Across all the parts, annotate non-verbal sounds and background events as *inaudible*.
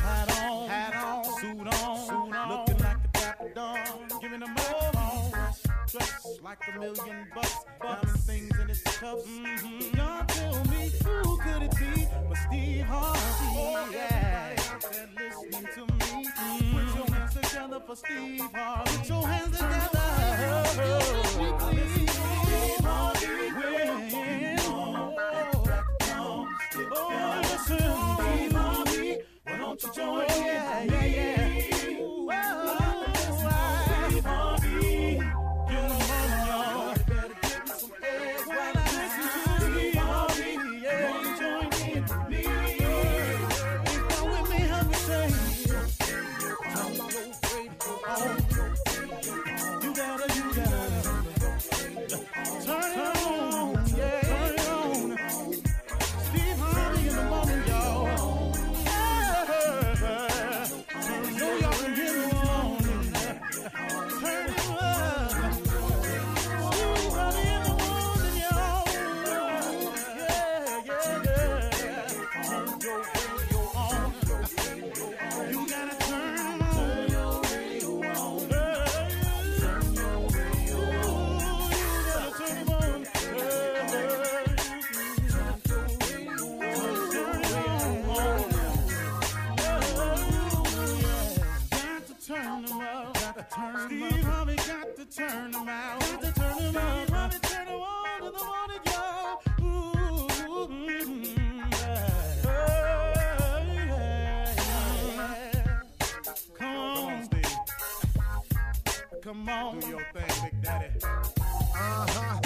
Hat on, hat on, suit on, suit on. Looking like the dapper dawn, giving them up dress like a million bucks. Diamond things in his cuffs. Mm-hmm. Y'all tell me who could it be but Steve Harvey? Oh, yeah. That listening to me. Mm-hmm. Put your hands together for Steve Harvey. Put your hands together. Oh, Join in, Oh, yeah, yeah, yeah. Ooh, oh, Steve Harvey. turn them out. Got to turn them out. Got to turn them on to the morning, y'all. Ooh, mm-hmm. yeah. Yeah, yeah, Come on, Steve. Come on. Do your thing, Big Daddy. Uh-huh.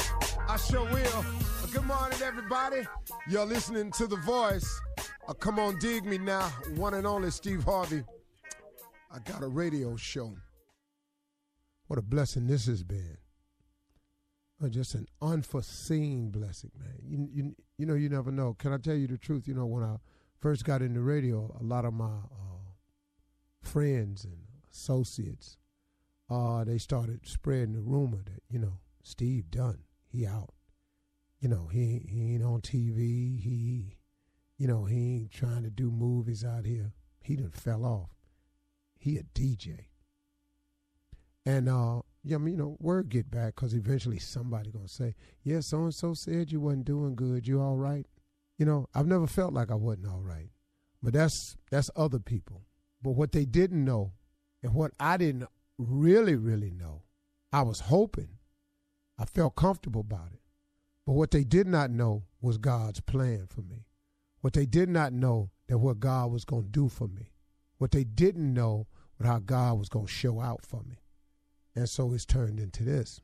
I sure will. Good morning, everybody. You're listening to The Voice. Uh, come on, dig me now. One and only Steve Harvey. I got a radio show. What a blessing this has been. Oh, just an unforeseen blessing, man. You, you, you know, you never know. Can I tell you the truth? You know, when I first got into radio, a lot of my uh, friends and associates, uh, they started spreading the rumor that, you know, Steve Dunn, he out. You know, he, he ain't on TV. He, you know, he ain't trying to do movies out here. He done fell off. He a DJ. And uh, yeah, I mean, you know, word get back because eventually somebody gonna say, "Yeah, so and so said you wasn't doing good. You all right?" You know, I've never felt like I wasn't all right, but that's that's other people. But what they didn't know, and what I didn't really, really know, I was hoping, I felt comfortable about it. But what they did not know was God's plan for me. What they did not know that what God was gonna do for me. What they didn't know was how God was gonna show out for me and so it's turned into this.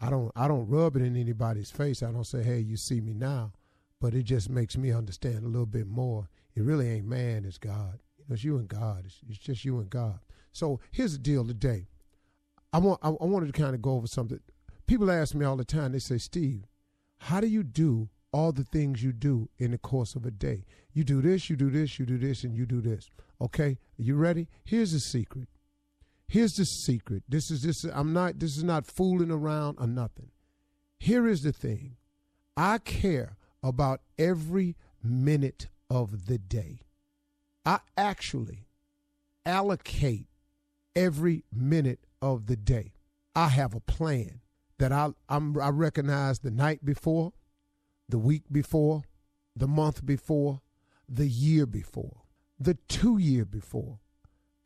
I don't I don't rub it in anybody's face. I don't say, "Hey, you see me now," but it just makes me understand a little bit more. It really ain't man; it's God. It's you and God. It's, it's just you and God. So here's the deal today. I want I, I wanted to kind of go over something. People ask me all the time. They say, "Steve, how do you do all the things you do in the course of a day? You do this, you do this, you do this, and you do this." Okay, you ready? Here's the secret here's the secret this is this i'm not this is not fooling around or nothing here is the thing i care about every minute of the day. I actually allocate every minute of the day. I have a plan that I I'm, I recognize the night before, the week before, the month before, the year before, the two year before.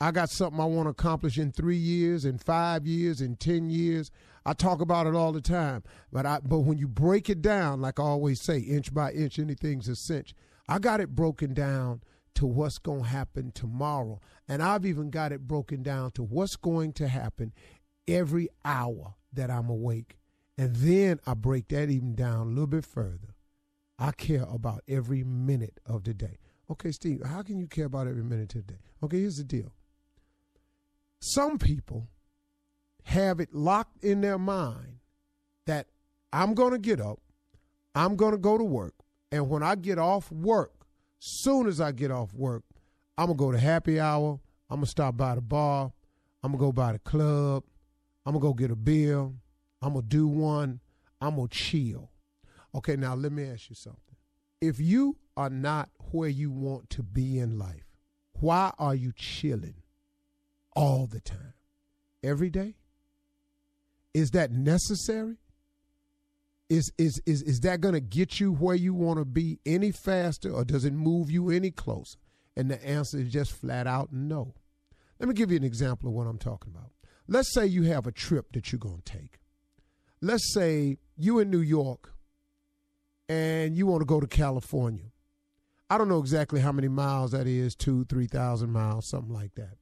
I got something I want to accomplish in three years, in five years, in ten years. I talk about it all the time, but I but when you break it down, like I always say, inch by inch, anything's a cinch. I got it broken down to what's going to happen tomorrow, and I've even got it broken down to what's going to happen every hour that I'm awake, and then I break that even down a little bit further. I care about every minute of the day. Okay, Steve, how can you care about every minute of the day? Okay, here's the deal. Some people have it locked in their mind that I'm going to get up, I'm going to go to work, and when I get off work, soon as I get off work, I'm going to go to happy hour, I'm going to stop by the bar, I'm going to go by the club, I'm going to go get a beer, I'm going to do one, I'm going to chill. Okay, now let me ask you something. If you are not where you want to be in life, why are you chilling all the time? Every day? Is that necessary? Is is is is that going to get you where you want to be any faster or does it move you any closer? And the answer is just flat out no. Let me give you an example of what I'm talking about. Let's say you have a trip that you're going to take. Let's say you in New York and you want to go to California. I don't know exactly how many miles that is, two, three thousand miles, something like that.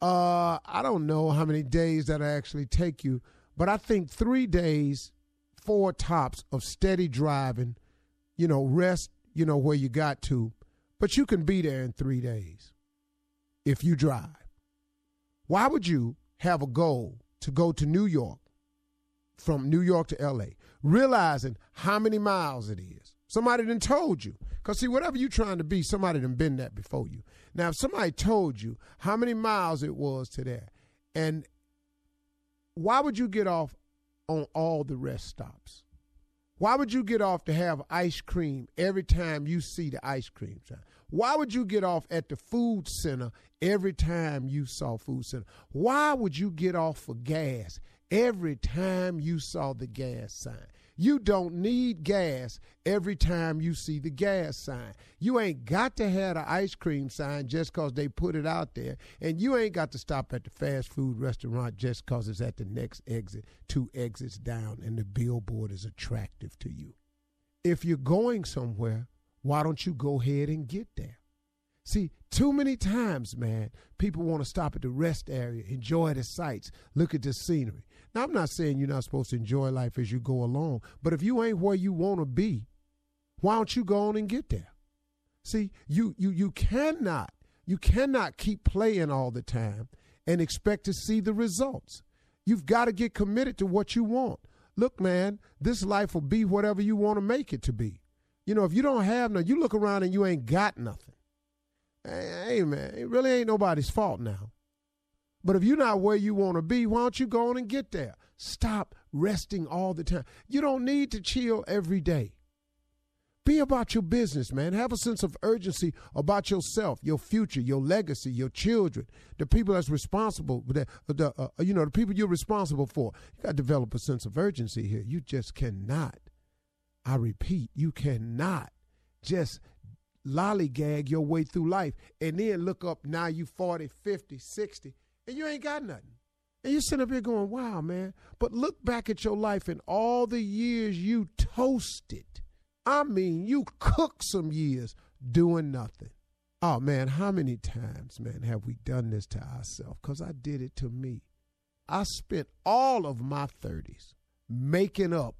Uh, I don't know how many days that actually take you, but I think three days, four tops of steady driving, you know, rest, you know, where you got to, but you can be there in three days if you drive. Why would you have a goal to go to New York from New York to LA, realizing how many miles it is. Somebody done told you. Because, see, whatever you trying to be, somebody done been that before you. Now, if somebody told you how many miles it was to there, and why would you get off on all the rest stops? Why would you get off to have ice cream every time you see the ice cream shop? Why would you get off at the food center every time you saw food center? Why would you get off for gas every time you saw the gas sign? You don't need gas every time you see the gas sign. You ain't got to have the ice cream sign just cause they put it out there, and you ain't got to stop at the fast food restaurant just cause it's at the next exit, two exits down, and the billboard is attractive to you. If you're going somewhere, why don't you go ahead and get there? See, too many times, man, people want to stop at the rest area, enjoy the sights, look at the scenery. Now, I'm not saying you're not supposed to enjoy life as you go along, but if you ain't where you want to be, why don't you go on and get there? See, you you you cannot you cannot keep playing all the time and expect to see the results. You've got to get committed to what you want. Look, man, this life will be whatever you want to make it to be. You know, if you don't have nothing, you look around and you ain't got nothing. Hey, hey, man, it really ain't nobody's fault now. But if you're not where you want to be, why don't you go on and get there? Stop resting all the time. You don't need to chill every day. Be about your business, man. Have a sense of urgency about yourself, your future, your legacy, your children, the people that's responsible, the, the uh, you know, the people you're responsible for. You got to develop a sense of urgency here. You just cannot. I repeat, you cannot just lollygag your way through life and then look up now you 40, 50, 60, and you ain't got nothing. And you're sitting up here going, wow, man. But look back at your life and all the years you toasted. I mean, you cooked some years doing nothing. Oh, man, how many times, man, have we done this to ourselves? Because I did it to me. I spent all of my 30s making up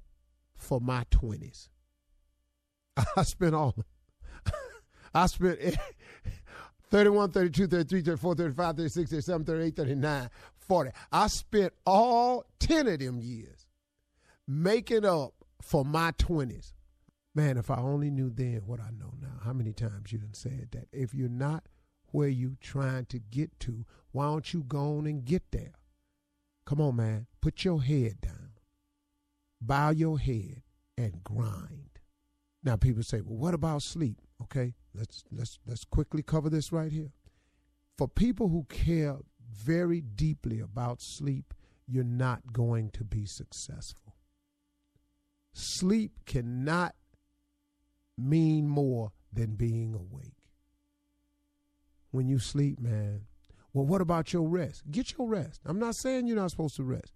for my 20s. *laughs* I spent all I spent *laughs* 31, 32, 33, 34, 35, 36, 37, 38, 39, 40. I spent all 10 of them years making up for my 20s. Man, if I only knew then what I know now, how many times you done said that? If you're not where you trying to get to, why don't you go on and get there? Come on, man. Put your head down. Bow your head and grind. Now people say, "Well, what about sleep?" Okay, let's let's let's quickly cover this right here. For people who care very deeply about sleep, you're not going to be successful. Sleep cannot mean more than being awake. When you sleep, man, well, what about your rest? Get your rest. I'm not saying you're not supposed to rest,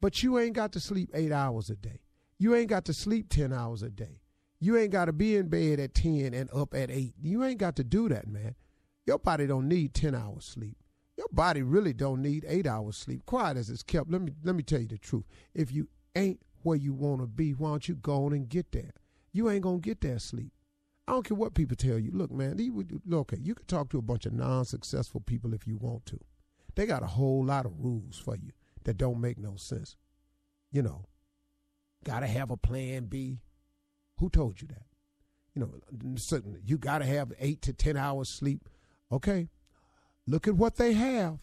but you ain't got to sleep eight hours a day. You ain't got to sleep 10 hours a day. You ain't got to be in bed at 10 and up at 8. You ain't got to do that, man. Your body don't need 10 hours sleep. Your body really don't need 8 hours sleep. Quiet as it's kept, let me let me tell you the truth. If you ain't where you want to be, why don't you go on and get there? You ain't going to get that sleep. I don't care what people tell you. Look, man, these would, okay, you can talk to a bunch of non-successful people if you want to. They got a whole lot of rules for you that don't make no sense. You know, gotta have a plan B. Who told you that? You know, certainly you gotta have eight to ten hours sleep. Okay, look at what they have.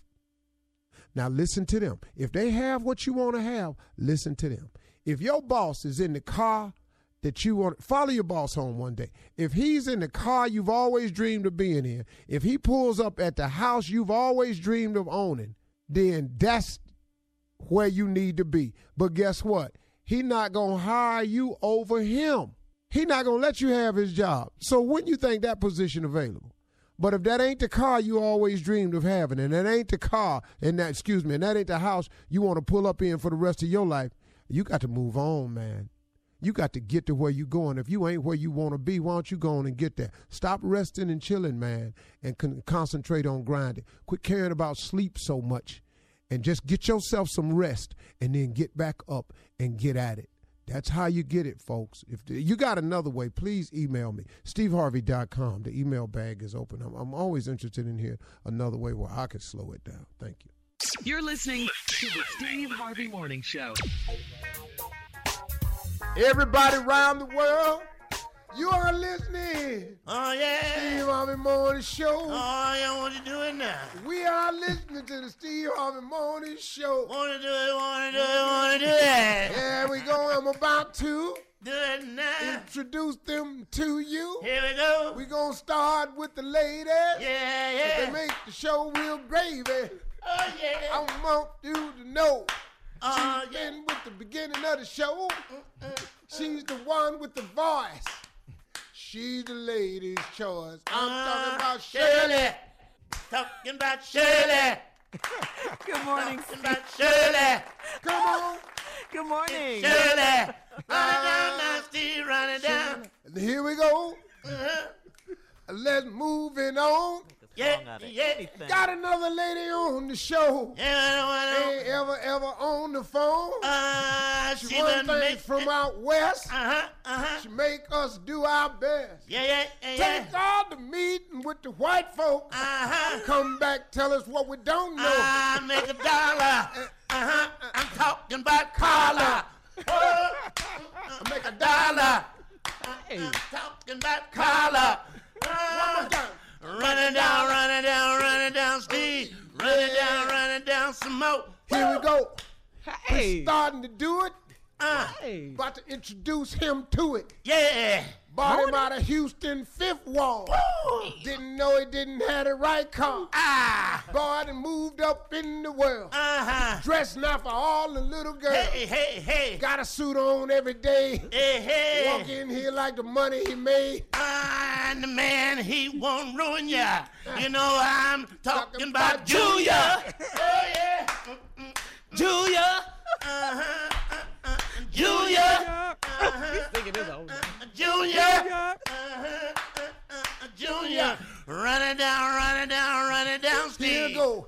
Now listen to them. If they have what you want to have, listen to them. If your boss is in the car that you want, follow your boss home one day. If he's in the car you've always dreamed of being in, if he pulls up at the house you've always dreamed of owning, then that's where you need to be. But guess what? He not gonna hire you over him. He not gonna let you have his job. So when you think that position available? But if that ain't the car you always dreamed of having, and that ain't the car, and that excuse me, and that ain't the house you want to pull up in for the rest of your life, you got to move on, man. You got to get to where you going. If you ain't where you want to be, why don't you go on and get there? Stop resting and chilling, man, and con- concentrate on grinding. Quit caring about sleep so much, and just get yourself some rest, and then get back up and get at it. That's how you get it, folks. If th- you got another way, please email me, steveharvey.com. The email bag is open. I'm, I'm always interested in hearing another way where I can slow it down. Thank you. You're listening to the Steve Harvey Morning Show. Everybody around the world, you are listening. Oh yeah. Steve Harvey Morning Show. Oh yeah, what you doing now? we are listening to the Steve Harvey Morning Show. Wanna do it, wanna do it, wanna do it. There we go. I'm about to Do it now. introduce them to you. Here we go. we going to start with the ladies. yeah, They yeah. make the show real gravy. Oh yeah. I want you to know. Oh She's yeah. been with the beginning of the show. She's the one with the voice. She's the lady's choice. I'm talking Ah, about Shirley. Ah, Shirley. Talking about Shirley. Good morning. Talking about Shirley. Come on. Good morning. Shirley. Running down now, Steve, running down. And here we go. Let's move it Uh-huh. on. Yeah, yeah. Got another lady on the show. Yeah, Ain't ever, ever on the phone. I don't wanna. Uh, She she one done thing make. from out west. Uh-huh, uh-huh. She make us do our best. Yeah, yeah, yeah, yeah. Take all the meeting with the white folk. Uh-huh. Come back, tell us what we don't know. Uh, I make a dollar. Uh-huh. I'm talking about Carla. I make a dollar. Dollar. I'm talking about Carla. Uh, running down, running down, running down, Steve. Running down, running down some more. Here we go. Hey, Starting to do it. Uh, hey. About to introduce him to it. yeah. Bought him out of Houston, fifth wall. Didn't know he didn't have the right car. Ah. Boy, and moved up in the world. Uh-huh. Dressed now for all the little girls. Hey, hey, hey. Got a suit on every day. Hey, Walk hey. in here like the money he made. I'm the man, he won't ruin ya. You know I'm talking about Julia. Oh yeah, Julia. Uh-huh. uh, uh, Julia. Uh-huh. Julia. Uh-huh. uh, uh, Julia. Run it down, run it down, run it down, Steve. Here go.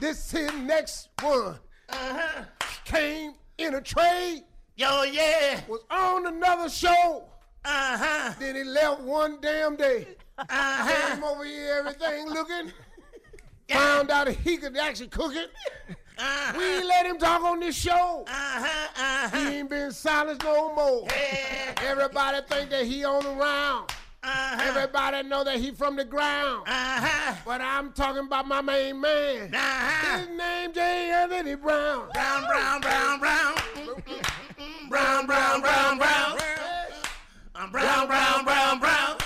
This here next one Uh-huh. came in a trade, Yo, yeah. was on another show. Uh-huh. Then he left one damn day. Uh-huh. Came over here, *laughs* everything looking. Found out he could actually cook it. We Uh-huh. ain't let him talk on this show. Uh-huh. He Uh-huh. ain't been silenced no more. Yeah. Everybody think that he on the round. Uh-huh. Everybody know that he from the ground. Uh-huh. But I'm talking about my main man. Uh-huh. His name J. Anthony Brown. Brown, brown, brown, brown. Mm, mm, mm, mm, mm. Brown, brown, brown, brown. Hey, I'm Brown, brown, brown, brown.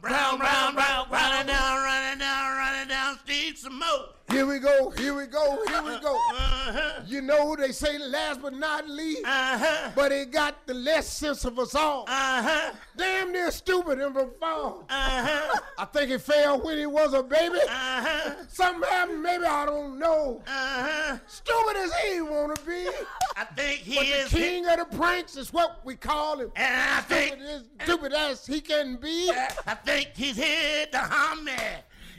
Brown, brown, brown, run it down, run it down, run it down, Steve some more. Here we go, here we go, here we go. Uh-huh, You know they say last but not least, uh-huh, but it got the less sense of us all. uh-huh, Damn near stupid and profound. uh-huh, *laughs* I think he fell when he was a baby. uh-huh, Something happened, maybe I don't know. uh-huh. Stupid as he wanna be. I think he But the is hit, king of the pranks is what we call him. and I think, Stupid as, stupid as he can be. I think he's hit the hummy.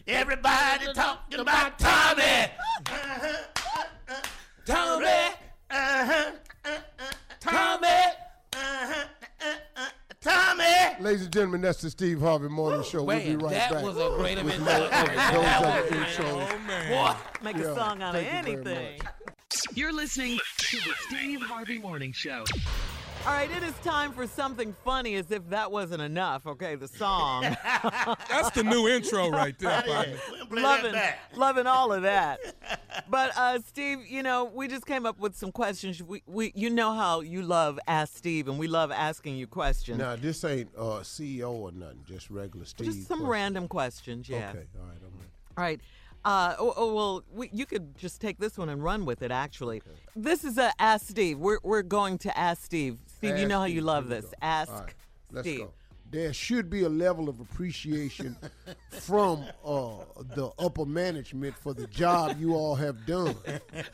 Everybody talking about Tommy. Uh-huh, uh-uh. Tommy, uh-huh, uh-uh. Tommy, uh-huh, uh-uh. Tommy. Ladies and gentlemen, that's the Steve Harvey Morning Show. We'll be Man, right that back. was a great with event. more of those other intros. Oh, man. Make Yeah, a song out of thank you very anything. You're listening to the Steve Harvey Morning Show. All right, it is time for something funny as if that wasn't enough. Okay, the *laughs* song. That's the *laughs* new intro right there, partner. Play that loving, back. loving all *laughs* of that. But uh, Steve, you know, we just came up with some questions. We, we, you know how you love Ask Steve, and we love asking you questions. Now, this ain't uh, CEO or nothing, just regular Steve. just some Harvey. random questions, yeah. Okay, all right, I'm ready. All right. Uh, oh, oh, well, we, you could just take this one and run with it, actually. This is a Ask Steve. We're, we're going to Ask Steve. Steve, you Ask know how you Steve, love here we this. go. Ask All right, let's Steve. go. There should be a level of appreciation *laughs* from uh, the upper management for the job you all have done.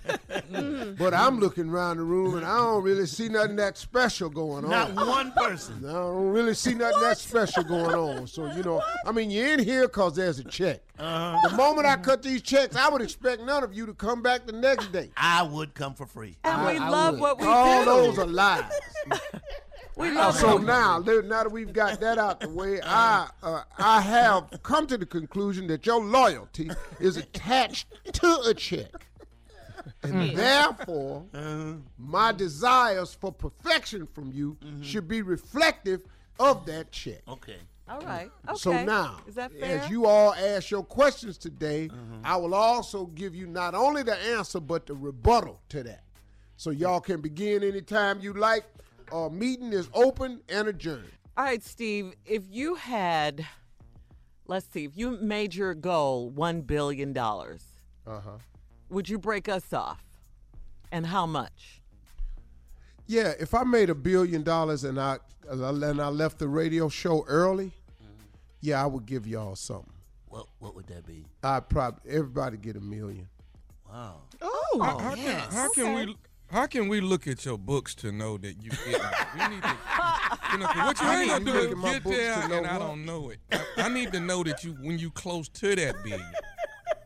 Mm. but I'm looking around the room and I don't really see nothing that special going on. Not one person. I don't really see nothing that special going on. So, you know, I mean, you're in here because there's a check. Uh-huh. The moment I cut these checks, I would expect none of you to come back the next day. *laughs* I would come for free. And we I love would. what we All do. those are lies. *laughs* we love So what we now, li- now that we've got that out *laughs* the way, I uh, I have come to the conclusion that your loyalty is attached to a check, and therefore, my desires for perfection from you should be reflective of that check. Okay. All right. Okay. So now, is that fair? as you all ask your questions today, I will also give you not only the answer but the rebuttal to that. So y'all can begin anytime you like. Our meeting is open and adjourned. All right, Steve, if you had, let's see, if you made your goal $1 billion, Uh huh. would you break us off? And how much? Yeah, if I made a billion dollars and I and I left the radio show early, yeah, I would give y'all something. What what would that be? I probably everybody get a million. Wow. Oh, Oh, How, how can, how can we? How can we look at your books to know that you didn't? We need *laughs* to, you know, 'cause what you I ain't gonna need to do look at is my get books there to know and I what. don't know it. I, I need to know that you when you close to that billion.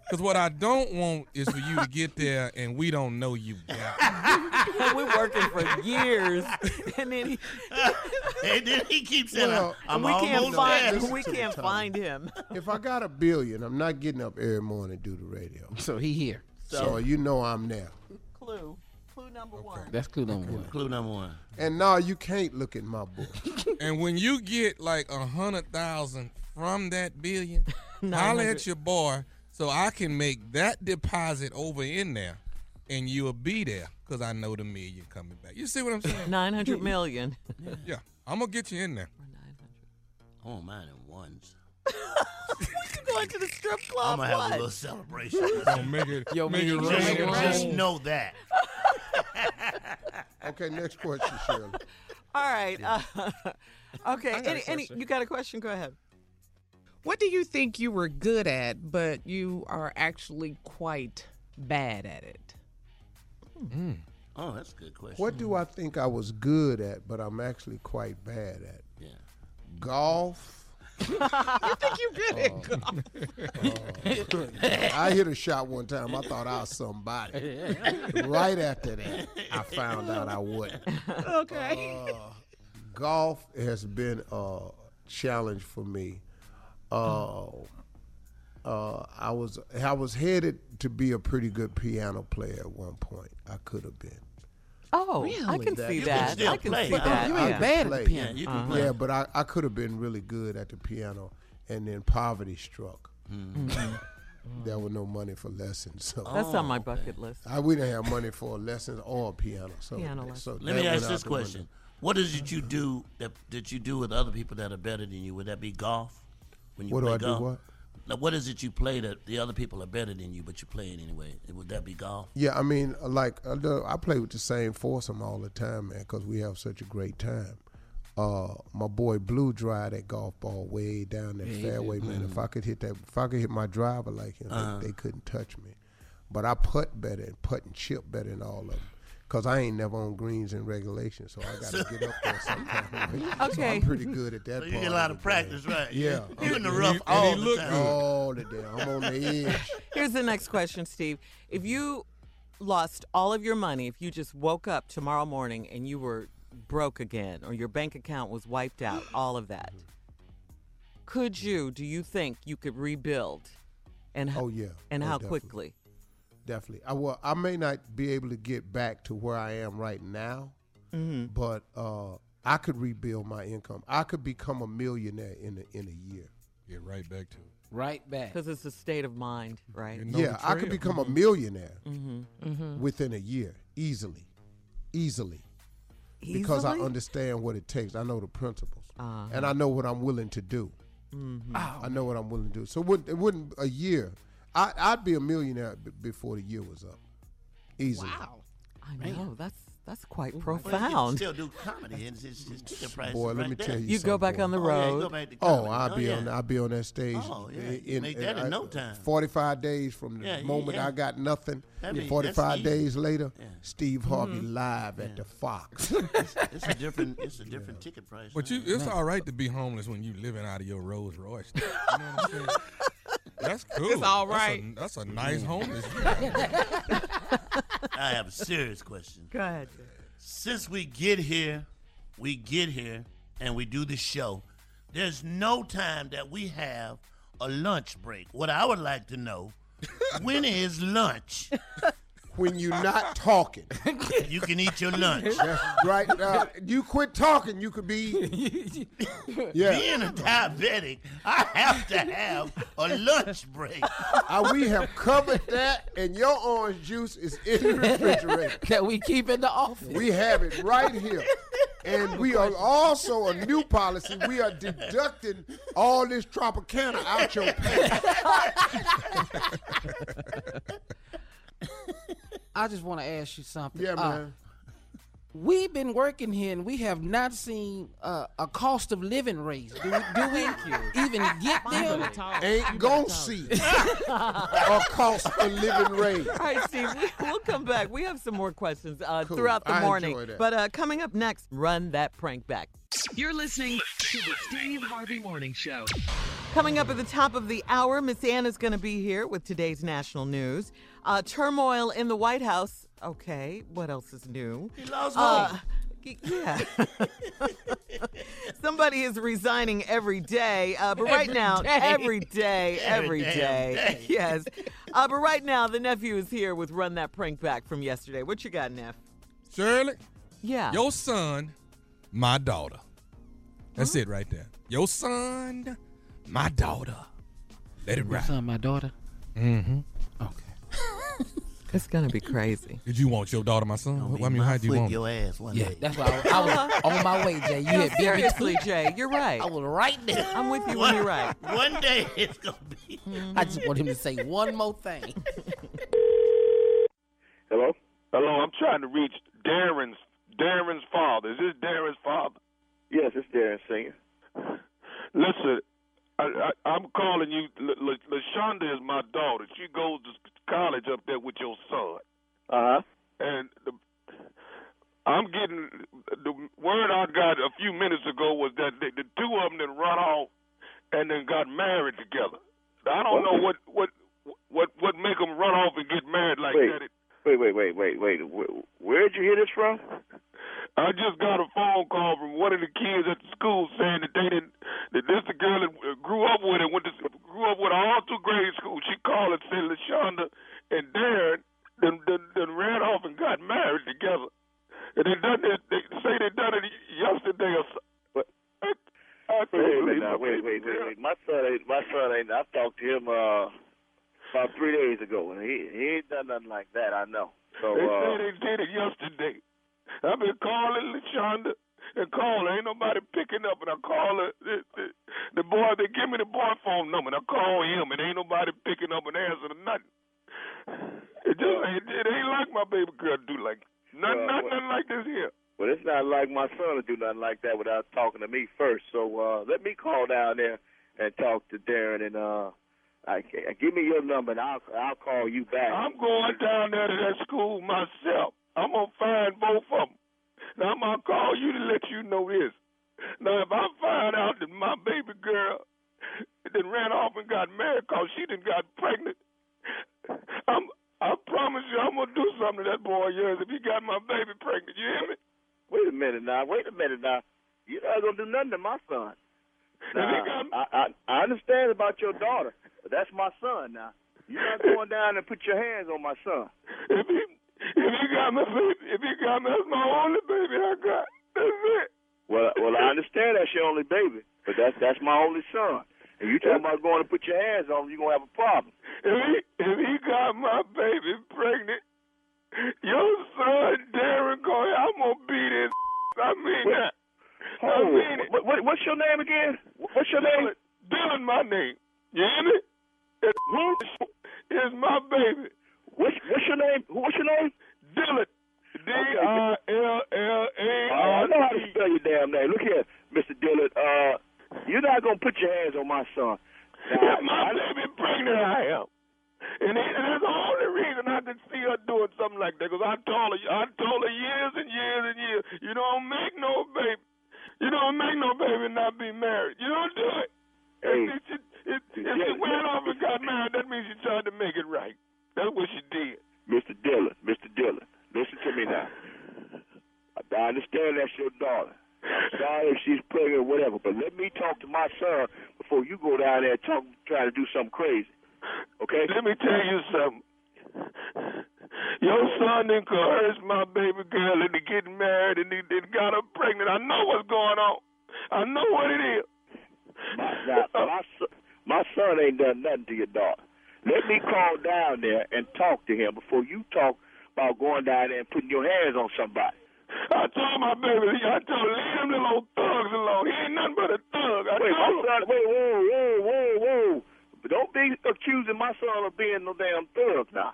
Because what I don't want is for you to get there and we don't know you got. it. *laughs* We're working for years, *laughs* and then *laughs* he, and then he keeps saying, Well, "I'm we can't almost find there." listen we to me, can't Tommy. find him. *laughs* If I got a billion, I'm not getting up every morning to do the radio. So he here. So you know I'm there. Clue, clue number one. That's clue number one. Clue number one. And now you can't look at *laughs* my book. And when you get like a hundred thousand from that billion, holler at your boy so I can make that deposit over in there, and you'll be there because I know the million coming back. You see what I'm saying? Nine hundred million. *laughs* Yeah, I'm gonna get you in there. I want mine in ones. Going to the strip I'm club. gonna have what? a little celebration. Don't make it. Yo, make man, it you rain. just, Make it just rain. know *laughs* that. Okay, next question, Shirley. All right. uh, okay. Any, any, you got a question? Go ahead. What do you think you were good at, but you are actually quite bad at it? Oh, that's a good question. What do I think I was good at, but I'm actually quite bad at? Yeah. Golf. Oh. You good at golf. I hit a shot one time. I thought I was somebody. *laughs* right after that, I found out I wasn't. Okay. Uh, Golf has been a challenge for me. Uh, uh, I was I was headed to be a pretty good piano player at one point. I could have been. Oh, I Really? can That- see you can that. still I can play. see But that. You yeah. ain't bad at Play. the Yeah, piano. you Uh-huh. can play. Yeah, but I, I could have been really good at the piano, and then poverty struck. Mm-hmm. *laughs* there was no money for lessons, so That's on Oh, my bucket list. I we didn't have money for lessons or a piano. So, Piano so Let me that went ask out this the window. question: What is it you do that that you do with other people that are better than you? Would that be golf? When you What do play I do golf? what? Now, what is it you play that the other people are better than you, but you play it anyway? Would that be golf? Yeah, I mean, uh, like I do- I play with the same foursome all the time, man, because we have such a great time. Uh, my boy Blue drive that golf ball way down that fairway, man. Mm. If I could hit that, if I could hit my driver like him, they- Uh. they, couldn't touch me. But I putt better and putt and chip better than all of them, cause I ain't never on greens in regulation, *laughs* so I got to get up there sometimes. *laughs* So Okay. I'm pretty good at that. So you part get a lot of of the game. practice, right? Yeah. You in the And he- rough and he all the look time. good. All the day, I'm *laughs* on the edge. Here's the next question, Steve. If you lost all of your money, if you just woke up tomorrow morning and you were broke again, or your bank account was wiped out, all of that, could you? Do you think you could rebuild? And h- Oh, yeah. and Oh, how definitely. quickly? Definitely. I well, I may not be able to get back to where I am right now, Mm-hmm. but uh, I could rebuild my income. I could become a millionaire in a, in a year. Get right back to it. Right back. Because it's a state of mind, right? Mm-hmm. You know yeah, the I could trail. Mm-hmm. become a millionaire within a year easily, easily, because I Easily? understand what it takes. I know the principles, and I know what I'm willing to do. Mm-hmm. Oh, I know what I'm willing to do. So it wouldn't, it wouldn't a year. I, I'd be a millionaire b- before the year was up, easily. Wow. I know that's that's quite Well, you can profound. still do comedy and it's just, it's ticket prices Boy, let right me there. tell you, You go something, back boy. on the Oh, yeah, you road. go back to Oh, comedy. I'll be yeah. on. I'll be on that stage. uh, Oh, yeah. You make that in no time. Forty-five days from the Yeah, yeah, moment yeah. I got nothing. That'd and be- that's Forty-five easy. days later, Steve Harvey Mm-hmm. live at the Fox. It's a different. It's a *laughs* different ticket price. But now. you, it's all right to be homeless when you living out of your Rolls Royce. You know what I'm saying? That's cool. It's all That's a- right. That's a, nice homeless. I have a serious question. Go ahead. Since we get here, we get here, and we do the show. There's no time that we have a lunch break. What I would like to know, when is lunch? when you're not talking, You can eat your lunch. *laughs* That's right? Uh, you quit talking, you could be. *laughs* Yeah, Being a diabetic, I have to have a lunch break. Uh, we have covered that, and your orange juice is in the refrigerator. *laughs* That we keep in the office. We have it right here. And we are also a new policy. We *laughs* are deducting all this Tropicana out your *laughs* pay. I just want to ask you something. Yeah, Uh, man. we've been working here and we have not seen uh, a cost of living raise. Do we, do we even get there? ain't gonna see *laughs* a cost of living raise. All right, Steve, we, we'll come back. We have some more questions uh, Cool. throughout the I morning. enjoy that. But uh, coming up next, run that prank back. You're listening to the Steve Harvey Morning Show. Coming up at the top of the hour, Miss Anna's going to be here with today's national news. Uh, turmoil in the White House. Okay, what else is new? He lost Uh, hope. y- yeah. *laughs* Somebody is resigning every day, uh, but right now, every day, Every every damn day. day. *laughs* Yes. Uh, but right now, the nephew is here with Run That Prank Back from yesterday. What you got, Neff? Shirley, Yeah. your son, my daughter. That's Uh-huh. it right there. Your son, my daughter. Let it ride. Son, my daughter. Mm-hmm. Okay. *laughs* It's going to be crazy. Did you want your daughter, my son? What- I mean, how do you Foot want? it? your ass one Yeah, day. that's why I was, I was on my way, Oh, Jay. You had been Seriously, Jay, you're right. I was right there. I'm with you when *laughs* you're right. *laughs* One day it's gonna be. *laughs* I just want him to say one more thing. Hello? Hello, I'm trying to reach Darren's Darren's father. Is this Darren's father? Yes, it's Darren Singer. Listen, I, I, I'm calling you. L- L- Lashonda is my daughter. She goes to s- college up there with your son. Uh-huh. Uh huh. And the, I'm getting the word I got a few minutes ago was that the, the two of them then run off and then got married together. I don't know what what what what make them run off and get married like that. It, Wait, wait, wait, wait, wait. Where, where'd you hear this from? I just got a phone call from one of the kids at the school saying that they didn't that this the girl that uh, grew up with and went to grew up with all through grade school. She called and said Lashonda and Darren then, then, then ran off and got married together. And they done it. They say they done it yesterday or so. What? I, I Wait, can't believe wait, my now, wait, wait, wait, baby girl. wait. My son ain't. My son ain't. I talked to him uh, about three days ago, and he he ain't done nothing like that. I know. So They say uh, they did it yesterday. I've been calling Lashonda and call her. Ain't nobody picking up, and I call her. The, the, the boy, they give me the boy phone number, and I call him, and ain't nobody picking up and answering nothing. It just ain't, it ain't like my baby girl do like Well, well- nothing, nothing, nothing like this here. Well, it's not like my son to do nothing like that without talking to me first. So uh, let me call down there and talk to Darren and uh, I, I- give me your number and I'll I'll call you back. I'm going down there to that school myself. I'm gonna find both of them. Now I'm gonna call you to let you know this. Now if I find out that my baby girl then ran off and got married 'cause she done got pregnant, I'm I promise you I'm gonna do something to that boy of yours if he got my baby pregnant. You hear me? Wait a minute now. Wait a minute now. You're not gonna do nothing to my son. Now, I, I I understand about your daughter, but that's my son now. You're not going down and put your hands on my son. *laughs* If he if he got my baby, if he got me, that's my only baby I got. That's it. Well, well, I understand that's your only baby, but that's that's my only son. And you talking about going to put your hands on him, you're gonna have a problem. If he if he got my baby pregnant, your son Darren Coy, I'm gonna beat his. *laughs* I mean that. I Hold on. mean it. What, what, what's your name again? What's your name? Dylan, my name. You hear me? It's, it's my baby. What's what's your name? What's your name? Dylan. D I L L A Oh, I R. know how to spell your damn name. Look here, Mr. Dillard. Uh, you're not gonna put your hands on my son. Now, If *laughs* my baby pregnant, I am. And, it- and that's the only reason I could see her doing something like that, 'cause I told her, I told her years and years and years, you don't make no baby, you don't make no baby and not be married. You don't do it. Hey. If, she, if, if she went off and got married, that means she tried to make it right. That's what she did. Mr. Dillard, Mr. Dillard, listen to me now. I understand that's your daughter. I'm sorry if she's pregnant or whatever, but let me talk to my son before you go down there and talk, try to do something crazy. Okay? Let me tell you something. Your son done coerced my baby girl into getting married and he, he got her pregnant. I know what's going on. I know what it is. Uh, Now, my, son, my son ain't done nothing to your daughter. Let me call down there and talk to him before you talk about going down there and putting your hands on somebody. *laughs* I told my baby, I told him, leave them little old thugs alone. He ain't nothing but a thug. I Wait, my told him. son, wait, whoa, whoa, whoa, whoa. But don't be accusing my son of being no damn thug now.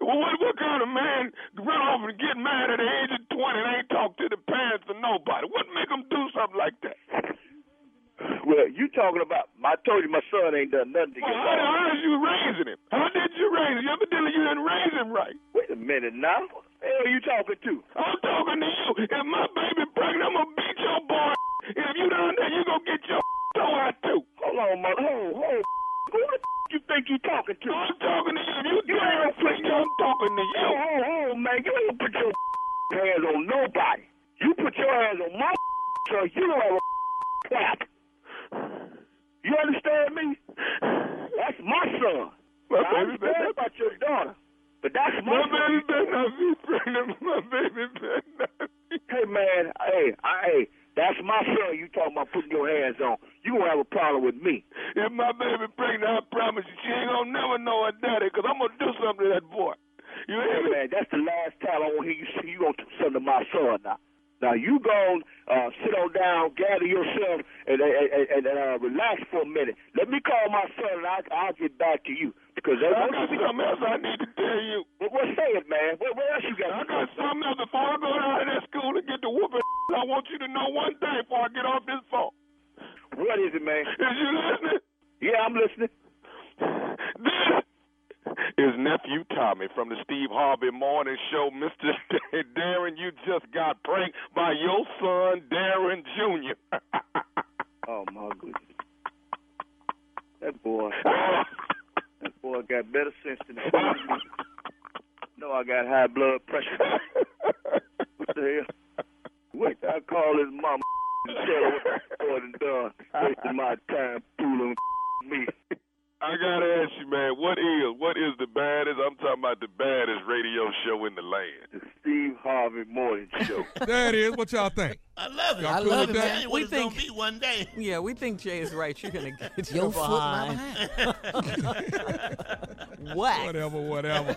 Well, what, what kind of man run off and get mad at the age of 20 and ain't talk to the parents or nobody? What make them do something like that? Well, you talking about, I told you my son ain't done nothing to Well, your how, daughter. how is you raising him? How did you raise him? You ever did you didn't raise him right? Wait a minute now. Who the hell are you talking to? I'm talking to you. If my baby pregnant, I'm gonna beat your boy. If you down there, you gonna get your *laughs* toe out too. Hold on, mother. Hold, hold. Who the *laughs* you think you talking to? I'm talking to you. If You you, ain't gonna down put there, I'm talking to you. Hold, hold, hold, man. You ain't gonna put your *laughs* hands on nobody. You put your hands on my *laughs* so you don't have a *laughs* clap. You understand me? That's my son. My I baby better understand not about your daughter, but that's my, My baby son. better not be pregnant. *laughs* My baby better not. Hey, man. Hey, I, hey, that's my son you talking about putting your hands on. You gonna have a problem with me. If my baby pregnant, I promise you, she ain't gonna never know her daddy, cause I'm gonna do something to that boy. You hear Hey, me? man, that's the last time I want to hear you say you gonna do something to my son now. Now you go uh, sit on down, gather yourself, and and, and, and uh, relax for a minute. Let me call my son, and I, I'll get back to you because I got something else I need to tell you. What, what say it, man? What, what else you got? I got something else. Before I go down to that school and get the whooping, I want you to know one thing before I get off this phone. What is it, man? Is you listening? Yeah, I'm listening. His nephew Tommy from the Steve Harvey Morning Show, Mr. Darren, you just got pranked *laughs* by your son, Darren *laughs* Jr. Oh my goodness, that *laughs* boy, that boy got better sense than that. No, I got high blood pressure. What the hell? What I call his mama and tell her what the boy done done, wasting my time *laughs* fooling me. I gotta ask you, man, what is what is the baddest? I'm talking about the baddest radio show in the land. Steve Harvey Morning Show. There it is. What y'all think? *laughs* I love it. Y'all I cool love with it, that? We think gonna be one day. Yeah, we think Jay is right. You're gonna *laughs* get Your your foot my behind. *laughs* *laughs* what? Whatever, whatever.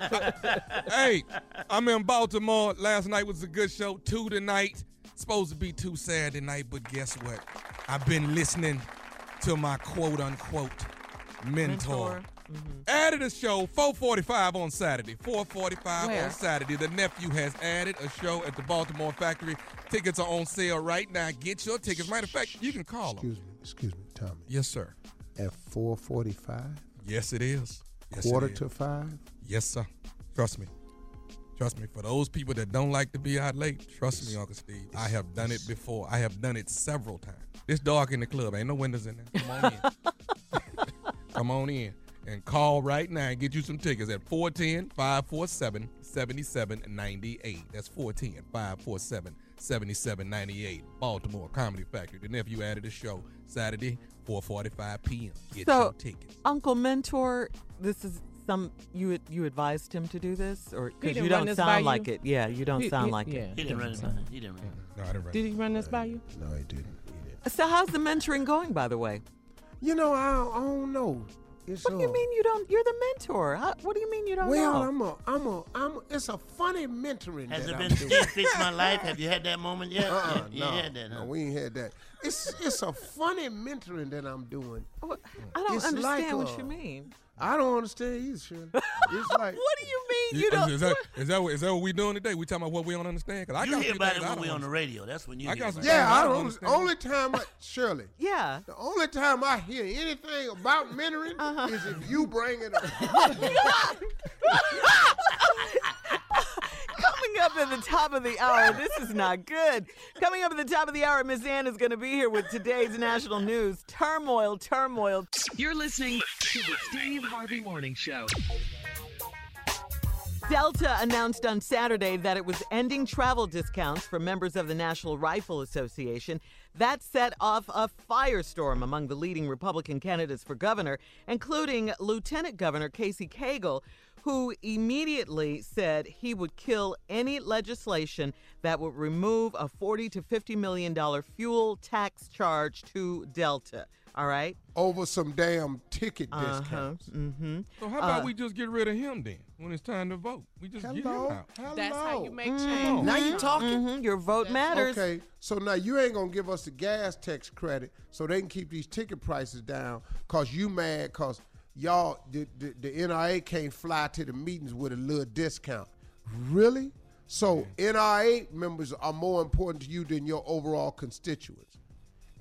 hey, I'm in Baltimore. Last night was a good show. Two tonight. supposed to be too sad tonight, but guess what? I've been listening to my quote unquote *laughs* mentor. Mm-hmm. Added a show 445 on Saturday. 445 Where? on Saturday. The nephew has added a show at the Baltimore Factory. Tickets are on sale right now. Get your tickets. Matter of fact, you can call them. Excuse me, excuse me, Tommy. Yes, sir. At four forty-five, Yes, it is. Yes, it quarter is. to five. Yes, sir. Trust me. Trust me. For those people that don't like to be out late, trust me, Uncle Steve. I have done it before. I have done it several times. It's dark in the club. Ain't no windows in there. Come on in. *laughs* Come on in and call right now and get you some tickets at 410 547 7798. That's 410 547 7798. Baltimore Comedy Factory. The nephew added a show Saturday, 445 p.m. Get your so, tickets. Uncle Mentor, this is some you ad- you advised him to do this, or because didn't you run don't this by sound you? like it. *laughs* Yeah, you don't He- sound he- like yeah, it. he didn't run it by- he didn't run it. No, I didn't Did he run this by you? No, he didn't. So how's the mentoring going, by the way? You know, I don't, I don't know. It's uh, what do you mean you don't? You're the mentor. How, what do you mean you don't well, know? I'm a, I'm a, I'm. A, it's a funny mentoring. Has that it I'm been doing. *laughs* Steve Fix My Life? Have you had that moment yet? Uh-uh, You- you no, had that, huh? no, we ain't had that. It's it's a funny mentoring that I'm doing. I don't It's understand like, what uh, you mean. I don't understand *laughs* either, Shirley. It's what like do you mean You- Oh, is, that, is, that what, is that what we doing today? We talking about what we don't understand? Cause I You got hear some about things it I when don't we on the understand. radio. That's when you I hear got about some it. things Yeah, I don't. understand. Only time, I, Shirley. Yeah. The only time I hear anything about mentoring Uh-huh. is if you bring it up. *laughs* *laughs* Coming up at the top of the hour, this is not good. Coming up at the top of the hour, Ms. Ann is going to be here with today's national news. Turmoil, turmoil. You're listening to the Steve Harvey Morning Show. Delta announced on Saturday that it was ending travel discounts for members of the National Rifle Association. That set off a firestorm among the leading Republican candidates for governor, including Lieutenant Governor Casey Cagle, who immediately said he would kill any legislation that would remove a 40 to 50 million dollar fuel tax charge to Delta. All right? Over some damn ticket Uh-huh. discounts. Mhm. So how about Uh, we just get rid of him then when it's time to vote? We just get him Oh, out. That's how you make Mhm. change. Mhm. Your vote matters. Okay, so now you ain't gonna give us the gas tax credit so they can keep these ticket prices down because you mad because y'all, the, the, the NRA can't fly to the meetings with a little discount. Really? So NRA members are more important to you than your overall constituents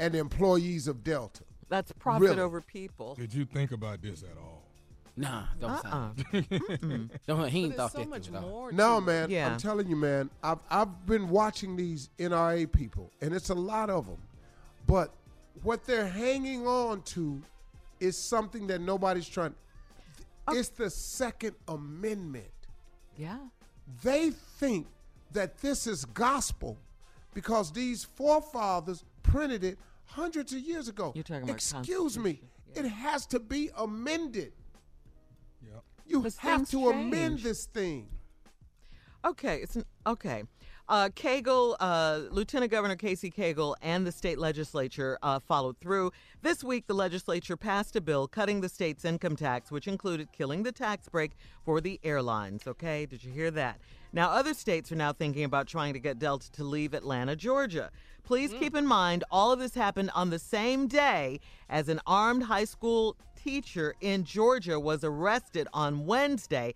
and employees of Delta. That's profit Really? over people. Did you think about this at all? Nah, *laughs* don't Uh-uh. sound. don't, he ain't thought that through at all. No, man. I'm telling you, man. I've I've been watching these NRA people, and it's a lot of them. But what they're hanging on to is something that nobody's trying. It's the Second Amendment. Yeah. They think that this is gospel because these forefathers printed it hundreds of years ago. You're talking about Excuse me. It has to be amended. You But have things to amend change. this thing. Okay, it's an, okay. Uh, Cagle, uh, Lieutenant Governor Casey Cagle, and the state legislature uh, followed through. This week, the legislature passed a bill cutting the state's income tax, which included killing the tax break for the airlines. Okay, did you hear that? Now, other states are now thinking about trying to get Delta to leave Atlanta, Georgia. Please keep in mind, all of this happened on the same day as an armed high school teacher in Georgia was arrested on Wednesday.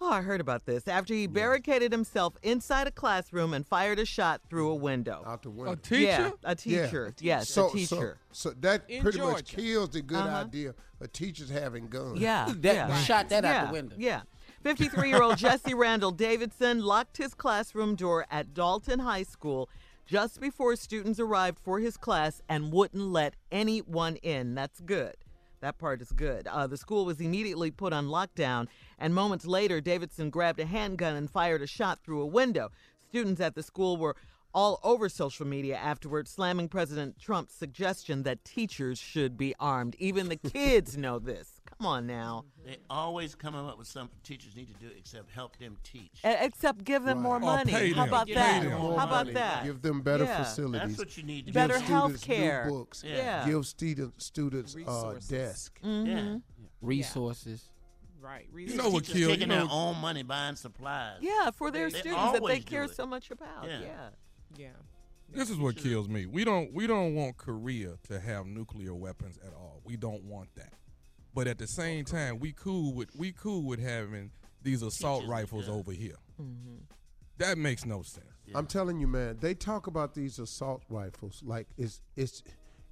Oh, I heard about this. After he barricaded himself inside a classroom and fired a shot through a window. Out the window. Yeah, a Yeah. teacher. Yes, so, a teacher. So, so that In pretty Georgia. much kills the good Uh-huh. idea of teachers having *laughs* guns. Yeah. yeah. yeah, Yeah. 53 year old Jesse Randall Davidson locked his classroom door at Dalton High School just before students arrived for his class and wouldn't let anyone in. That's good. That part is good. Uh, the school was immediately put on lockdown, and moments later, Davidson grabbed a handgun and fired a shot through a window. Students at the school were all over social media afterwards, slamming President Trump's suggestion that teachers should be armed. Even the kids know this. Come on now. They always coming up with something teachers need to do except help them teach. E- Except give them more Right. Or money. pay How them. about Give that? them more How about money. that? Give them better Yeah. facilities. That's what you need to Give do. Better students new healthcare. books. Yeah. Yeah. Give students students uh, desk. Mhm. Resources. Right. These Mm-hmm. You know what teachers killed- taking you know their what- own money buying supplies. Yeah, for their They students that they always do care it. so much about. Yeah. Yeah. Yeah. This is what kills me. We don't we don't want Korea to have nuclear weapons at all. We don't want that. But at the same time, we cool with we cool with having these assault rifles over here. Mm-hmm. *laughs* That makes no sense. I'm telling you, man, they talk about these assault rifles like it's it's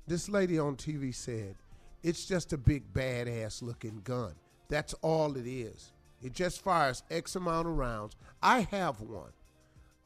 this lady on TV said, it's just a big badass looking gun. That's all it is. It just fires X amount of rounds. I have one.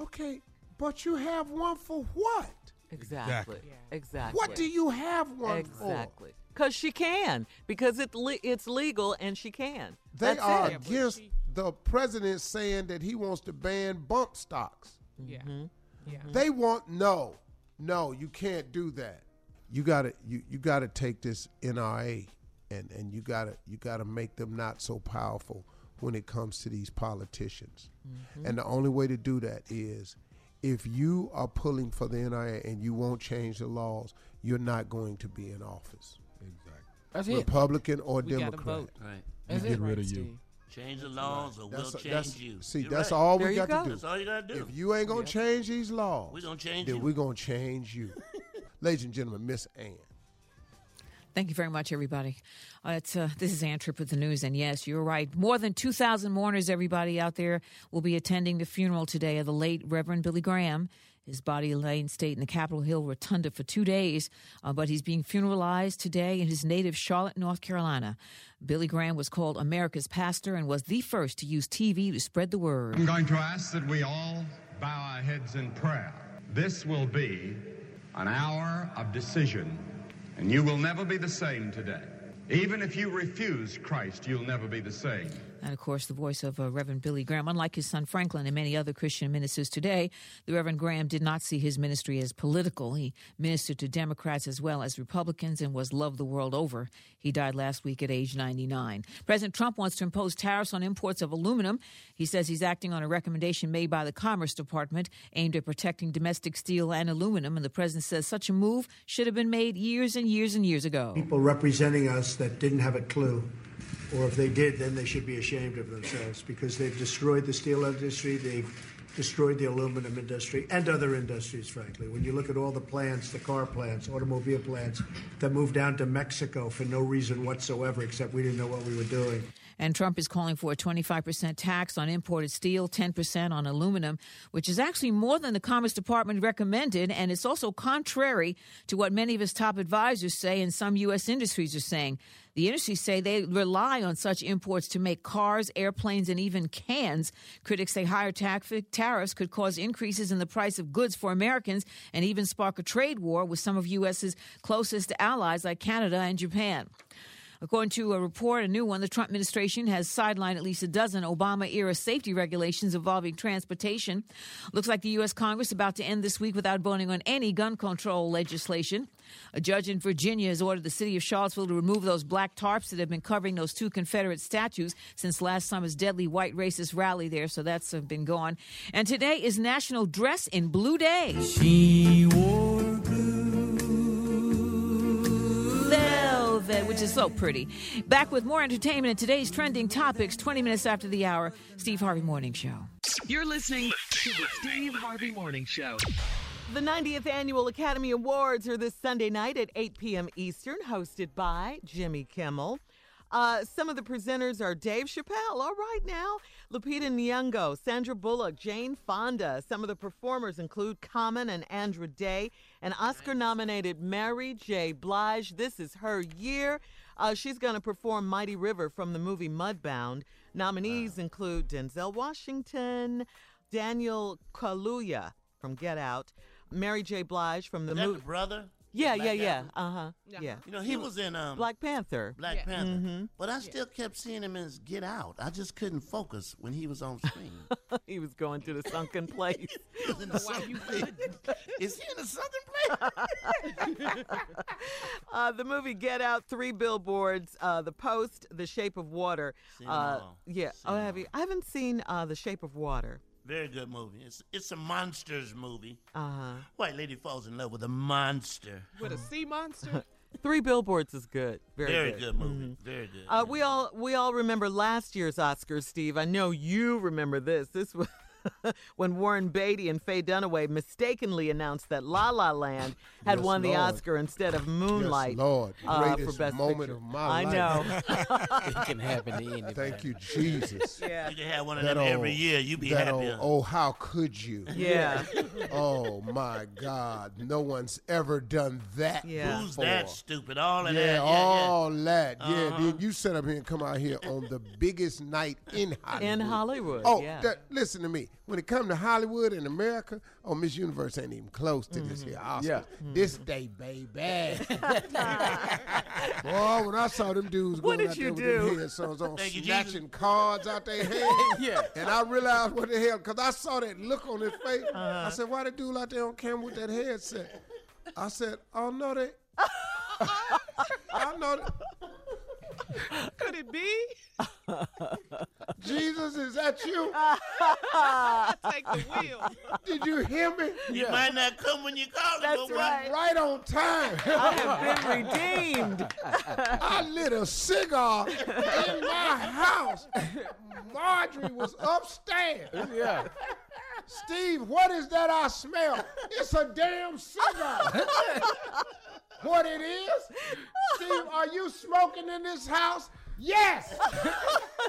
Okay, but you have one for what? Exactly. Exactly. What do you have one for? Exactly. Because she can. Because it le- it's legal and she can. They That's are it. against the president saying that he wants to ban bump stocks. Yeah. Mm-hmm. Yeah. They want no, no, you can't do that. You gotta you, you gotta take this NRA and, and you gotta you gotta make them not so powerful when it comes to these politicians. Mm-hmm. Mhm. And the only way to do that is if you are pulling for the NRA and you won't change the laws, you're not going to be in office. Exactly. That's it. Republican or We gotta Democrat. vote. Right. That's We it. Right, you. Change the laws or we'll That's- change that's- you. See, You're that's right. all we got to do. That's all you got to do. If you ain't gonna change these laws, We gonna change then you. we gonna *laughs* change you. Ladies and gentlemen, Miss Ann. Thank you very much, everybody. Uh, it's, uh, this is Ann Tripp with the news. And yes, you're right. More than 2,000 mourners, everybody out there, will be attending the funeral today of the late Reverend Billy Graham. His body lay in state in the Capitol Hill Rotunda for two days, uh, but he's being funeralized today in his native Charlotte, North Carolina. Billy Graham was called America's pastor and was the first to use TV to spread the word. I'm going to ask that we all bow our heads in prayer. This will be an hour of decision, and you will never be the same today. Even if you refuse Christ, you'll never be the same. And of course, the voice of uh, Reverend Billy Graham. Unlike his son Franklin and many other Christian ministers today, the Reverend Graham did not see his ministry as political. He ministered to Democrats as well as Republicans and was loved the world over. He died last week at age 99. President Trump wants to impose tariffs on imports of aluminum. He says he's acting on a recommendation made by the Commerce Department aimed at protecting domestic steel and aluminum. And the president says such a move should have been made years and years and years ago. people representing us that didn't have a clue, or if they did, then they should be ashamed of themselves because they've destroyed the steel industry, they've destroyed the aluminum industry, and other industries, frankly. When you look at all the plants, the car plants, automobile plants, that moved down to Mexico for no reason whatsoever, except we didn't know what we were doing. And Trump is calling for a 25% tax on imported steel, 10% on aluminum, which is actually more than the Commerce Department recommended. And it's also contrary to what many of his top advisors say and some U.S. industries are saying. The industries say they rely on such imports to make cars, airplanes, and even cans. Critics say higher tax- tariffs could cause increases in the price of goods for Americans and even spark a trade war with some of U.S.'s closest allies like Canada and Japan. According to a report, a new one, the Trump administration has sidelined at least a dozen Obama era safety regulations involving transportation. Looks like the U.S. Congress about to end this week without voting on any gun control legislation. A judge in Virginia has ordered the city of Charlottesville to remove those black tarps that have been covering those two Confederate statues since last summer's deadly white racist rally there, so that's uh, been gone. And today is National Dress in Blue Day. She Velvet, which is so pretty. Back with more entertainment and today's trending topics 20 minutes after the hour. Steve Harvey Morning Show. You're listening to the Steve Harvey Morning Show. The 90th Annual Academy Awards are this Sunday night at 8 p.m. Eastern, hosted by Jimmy Kimmel. Uh, some of the presenters are Dave Chappelle, all right now, Lupita Nyong'o, Sandra Bullock, Jane Fonda. Some of the performers include Common and Andra Day, and Oscar-nominated Mary J. Blige. This is her year. Uh, she's going to perform "Mighty River" from the movie Mudbound. Nominees include Denzel Washington, Daniel Kaluuya from Get Out, Mary J. Blige from the Is that movie. the brother? Yeah, Black yeah, yeah. guy? Uh huh. Yeah. Yeah. You know, he was in, um, Black Panther. Black Panther. Mhm. But I still kept seeing him as Get Out. I just couldn't focus when he was *laughs* on screen. he was going to *laughs* the sunken place. *laughs* Is he in the southern *laughs* place? *laughs* uh, the movie Get Out, Three Billboards, uh, The Post, The Shape of Water. Seen 'em uh, all. yeah. oh, have you? I haven't seen uh, The Shape of Water. Very good movie. It's it's a monsters movie. Uh huh. White lady falls in love with a monster. With Uh-huh. *laughs* a *laughs* sea monster? Three Billboards is good. Very, Very good. good movie. Mm-hmm. Mhm. Very good. Uh, we all we all remember last year's Oscars, Steve. I know you remember this. This was *laughs* when Warren Beatty and Faye Dunaway mistakenly announced that La *laughs* La Land had Yes, won the Lord. Oscar instead of Moonlight Lord. uh, for Greatest Best moment Picture. of my *laughs* I life. *laughs* know. It can happen to anybody. *laughs* Thank you, Jesus. Yeah. You can have one of That them every old- year. You'd be that happy. old, oh, how could you? Mm-hmm. Yeah. oh my God, no one's ever done that. Yeah. Who's before. that stupid? All of yeah, that. Yeah, yeah. all that. Yeah. Uh-huh. *laughs* Then you sit up here and come out here on the biggest night in Hollywood. In Hollywood, Oh, yeah. that- listen to me. When it comes to Hollywood and America, oh, Miss Universe ain't even close to this here Oscars. Yeah. This day, baby. Boy, when I saw them dudes going What did out there you with do? them headphones on, Thank you, snatching cards out their hands. Yeah. And I realized what the hell, because I saw that look on his face. I said, why the dude out there on camera with that headset? I said, oh, no, they... I know that. Could it be? Jesus, is that you? Take the wheel. Did you hear me? You might not come when you call That's it, but right. what? Right on time. I have been redeemed. *laughs* I lit a cigar in my house. Marjorie was upstairs. Yeah. Steve, what is that I smell? It's a damn cigar. what it is? Steve, are you smoking in this house? Yes.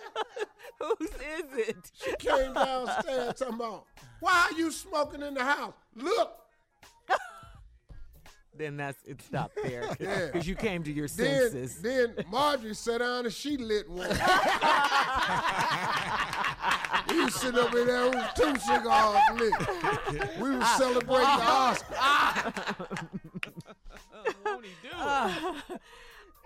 *laughs* Whose is it? She came downstairs talking about, why are you smoking in the house? Look, Then that's it. Stopped there because *laughs* *laughs* Yeah. you came to your Then, senses. then Marjorie sat down and she lit one. you sit up in there with two cigars lit. We were celebrating the Oscar. *laughs* Uh,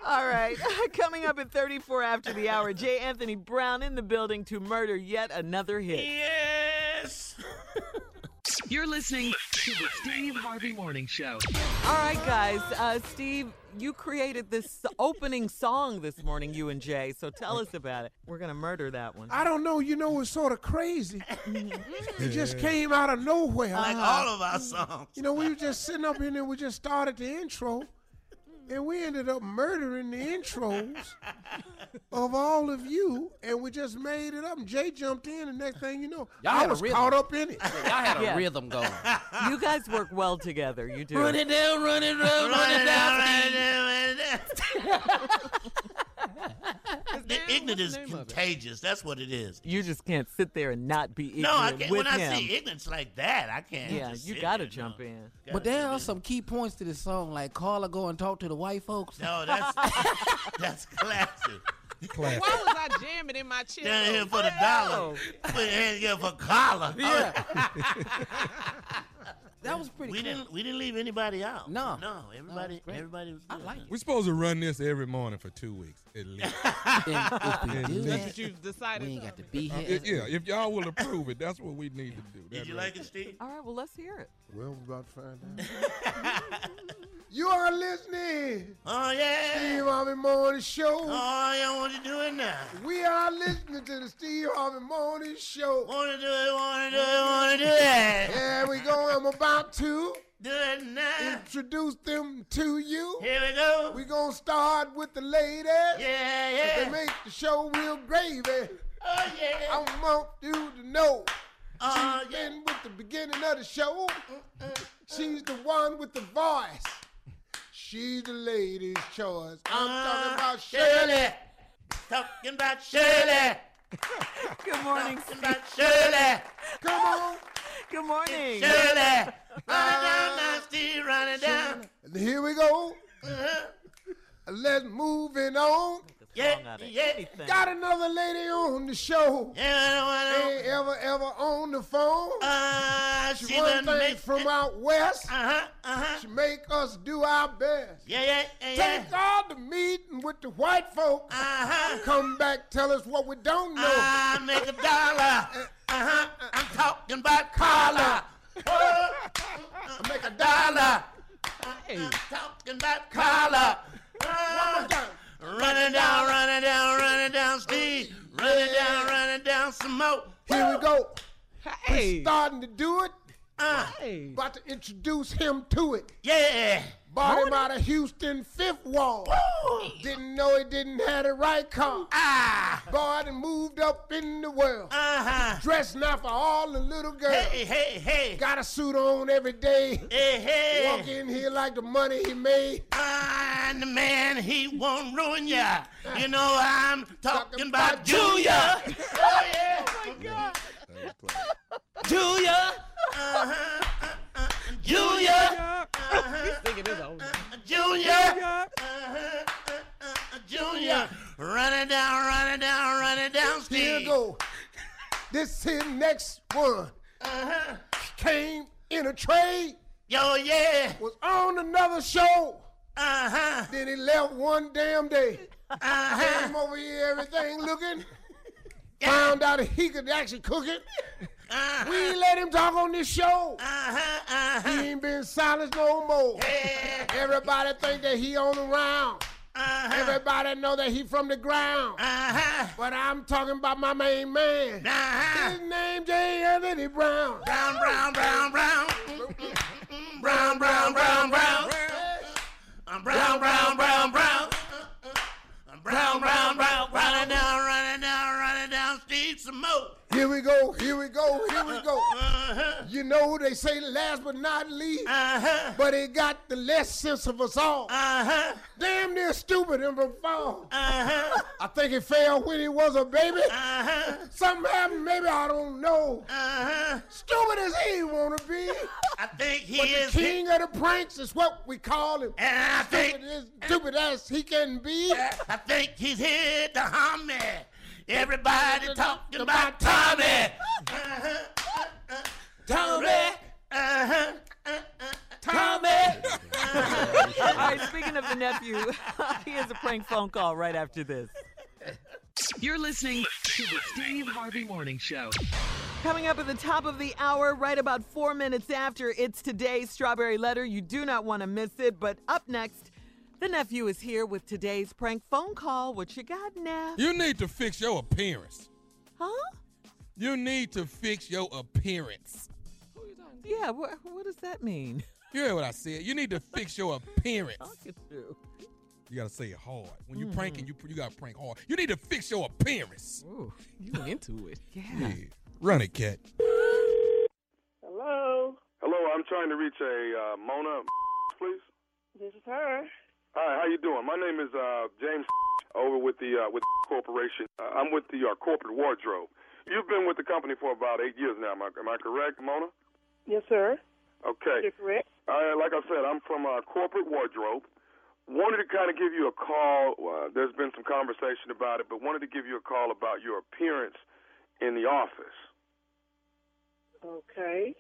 all right. *laughs* Coming up at 34 after the hour, J. Anthony Brown in the building to murder yet another hit. Yes. You're listening to the Steve Harvey Morning Show. All right, guys. Uh, Steve, you created this opening song this morning, you and Jay. So tell us about it. We're going to murder that one. I don't know. You know, it's sort of *laughs* crazy. It just came out of nowhere. Uh-huh. Like all of our songs. You know, we were just sitting up in there. We just started the intro, and we ended up murdering the intros of all of you, and we just made it up. And Jay jumped in, and next thing you know, Y'all I had a was rhythm. caught up in it. y'all had a rhythm *laughs* going. You guys work well together. You do. Run it down, run it, run, run it down. The ignorance is contagious. That's what it is. You just can't sit there and not be ignorant No, I can't. with When I him. see ignorance like that, I can't. Yeah, just you sit gotta there, jump no. in. But there are some key points to this song, like Carla go and talk to the white folks. No, that's *laughs* that's classic. *laughs* Why was I jamming in my chair? Down here for the dollar. Put your hand here for collar. Yeah. *laughs* *laughs* that was pretty. We didn't we didn't leave anybody out. No. No, everybody great. everybody was good. We're supposed to run this every morning for two weeks at *laughs* least. we At do least. that, You decided. we ain't got to be Uh, here. if- yeah, if y'all will approve it, that's what we need to do. Did you like it, Steve? All right, well, let's hear it. Well, we're about to find out. you are listening. Oh yeah. Steve Harvey Morning Show. Oh yeah, what you doing now? We are listening to the Steve Harvey Morning Show. Wanna do it, wanna do it, wanna do it. There we go. I'm about to Do it now. introduce them to you. Here we go. We gonna start with the ladies. Yeah, If yeah. they make the show real gravy. Oh yeah. I want you to know. Oh She's yeah. been with the beginning of the show. She's the one with the voice. She's the lady's choice. I'm talking about Shirley. Talking about Shirley. *laughs* Good morning. Talking about Shirley. Come on. Good morning. *laughs* Shirley. Running down my Steve, running down. And here we go. Uh-huh. Let's moving on. Yeah, yeah. Got another lady on the show. Ain't Yeah, ever, ever on the phone. uh, She she one done thing make- from out west. Uh-huh, uh-huh. She make us do our best. Yeah, yeah, yeah, yeah. Take all the meeting with the white folk. Uh-huh. Come back, tell us what we don't know. Uh, I make a dollar. Uh-huh. I'm talking about Carla. I make a Dollar. Hey. Talking about Carla. Uh, running down, running down, running down, Steve. Running down, running down some more. Here we go. Hey. Starting to do it. Uh, Hey. About to introduce him to it. yeah. Bought him out of Houston, fifth wall. Didn't know he didn't have the right car. Ah, boy, and moved up in the world. Uh-huh. Dressed now for all the little girls. Hey, hey, hey. Got a suit on every day. Hey, hey. Walk in here like the money he made. I'm the man, he won't ruin *laughs* ya. You know I'm talking about Julia. oh yeah. Oh my God. Julia. Uh-huh. Julia. Junior. Junior. Run it down, run it down, run it down, Steve. Here go. This here next one Uh-huh. came in a trade. Yo, yeah. Was on another show. Uh Uh-huh. huh. Then he left one damn day. Uh huh. Came over here, everything *laughs* looking. Found out he could actually cook it. Uh-huh. We ain't let him talk on this show. He ain't been silenced no more. Everybody think that he on the round. Uh-huh. Everybody know that he from the ground. But I'm talking about my main man. His name J. Anthony Brown. Uh-huh. Brown, Brown, Brown, Brown. Brown, Brown, Brown, Brown. I'm brown, brown, brown, brown. I'm brown, brown, brown. Run it down, run it down, run it down, Steve some more. Uh-huh. Here we go, here we go, here we *laughs* go. You know they say last but not least, but it got the less sense of us all. Uh-huh. Damn near stupid and profound. *laughs* I think it fell when he was a baby. Uh-huh. Something happened, maybe I don't know. Stupid as he wanna be. I think he is- the king of the pranks is what we call him. And I think as stupid as he can be. I think he's here to harm me. Everybody talking about Tommy. Uh-huh, uh-uh. Tommy. Uh-huh. Tommy. All right, speaking of the nephew, *laughs* he has a prank phone call right after this. You're listening to the Steve Harvey Morning Show. Coming up at the top of the hour, right about four minutes after, it's today's Strawberry Letter. You do not want to miss it. But up next, the nephew is here with today's prank phone call. What you got, Neff? You need to fix your appearance. Huh? You need to fix your appearance. Yeah, what, what does that mean? *laughs* You hear what I said? You need to fix your appearance. Look at you. You gotta say it hard. When you pranking, Mm-hmm. you you gotta prank hard. You need to fix your appearance. Ooh, you into *laughs* it. Yeah. Run it, cat. Hello, *laughs* Hello, I'm trying to reach a uh, Mona, please. this is her. Hi, how you doing? My name is uh, James *laughs* over with the uh, with corporation. Uh, I'm with the uh, corporate wardrobe. You've been with the company for about eight years now. Am I, am I correct, Mona? Yes, sir. Okay. You're correct. Uh, like I said, I'm from uh, Corporate Wardrobe. Wanted to kind of give you a call. Uh, there's been some conversation about it, but wanted to give you a call about your appearance in the office. Okay.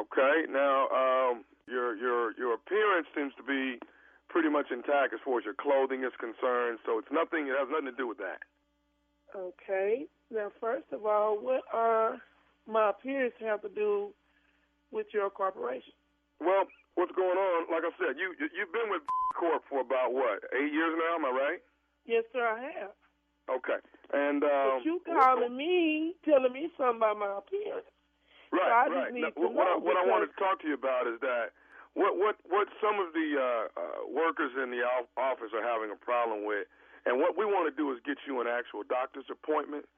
Okay. Now, um, your your your appearance seems to be pretty much intact as far as your clothing is concerned. So it's nothing. It has nothing to do with that. Okay. Now, first of all, what are my appearance have to do with your corporation? Well, what's going on? Like I said, you you- you've been with *laughs* Corp for about what eight years now? Am I right? Yes, sir, I have. Okay. And um, but you calling me, telling me something about my appearance. Right, So I just right. need Now, to what, what I, know what I wanted to because- talk to you about is that what what what some of the uh, uh, workers in the off- office are having a problem with, and what we want to do is get you an actual doctor's appointment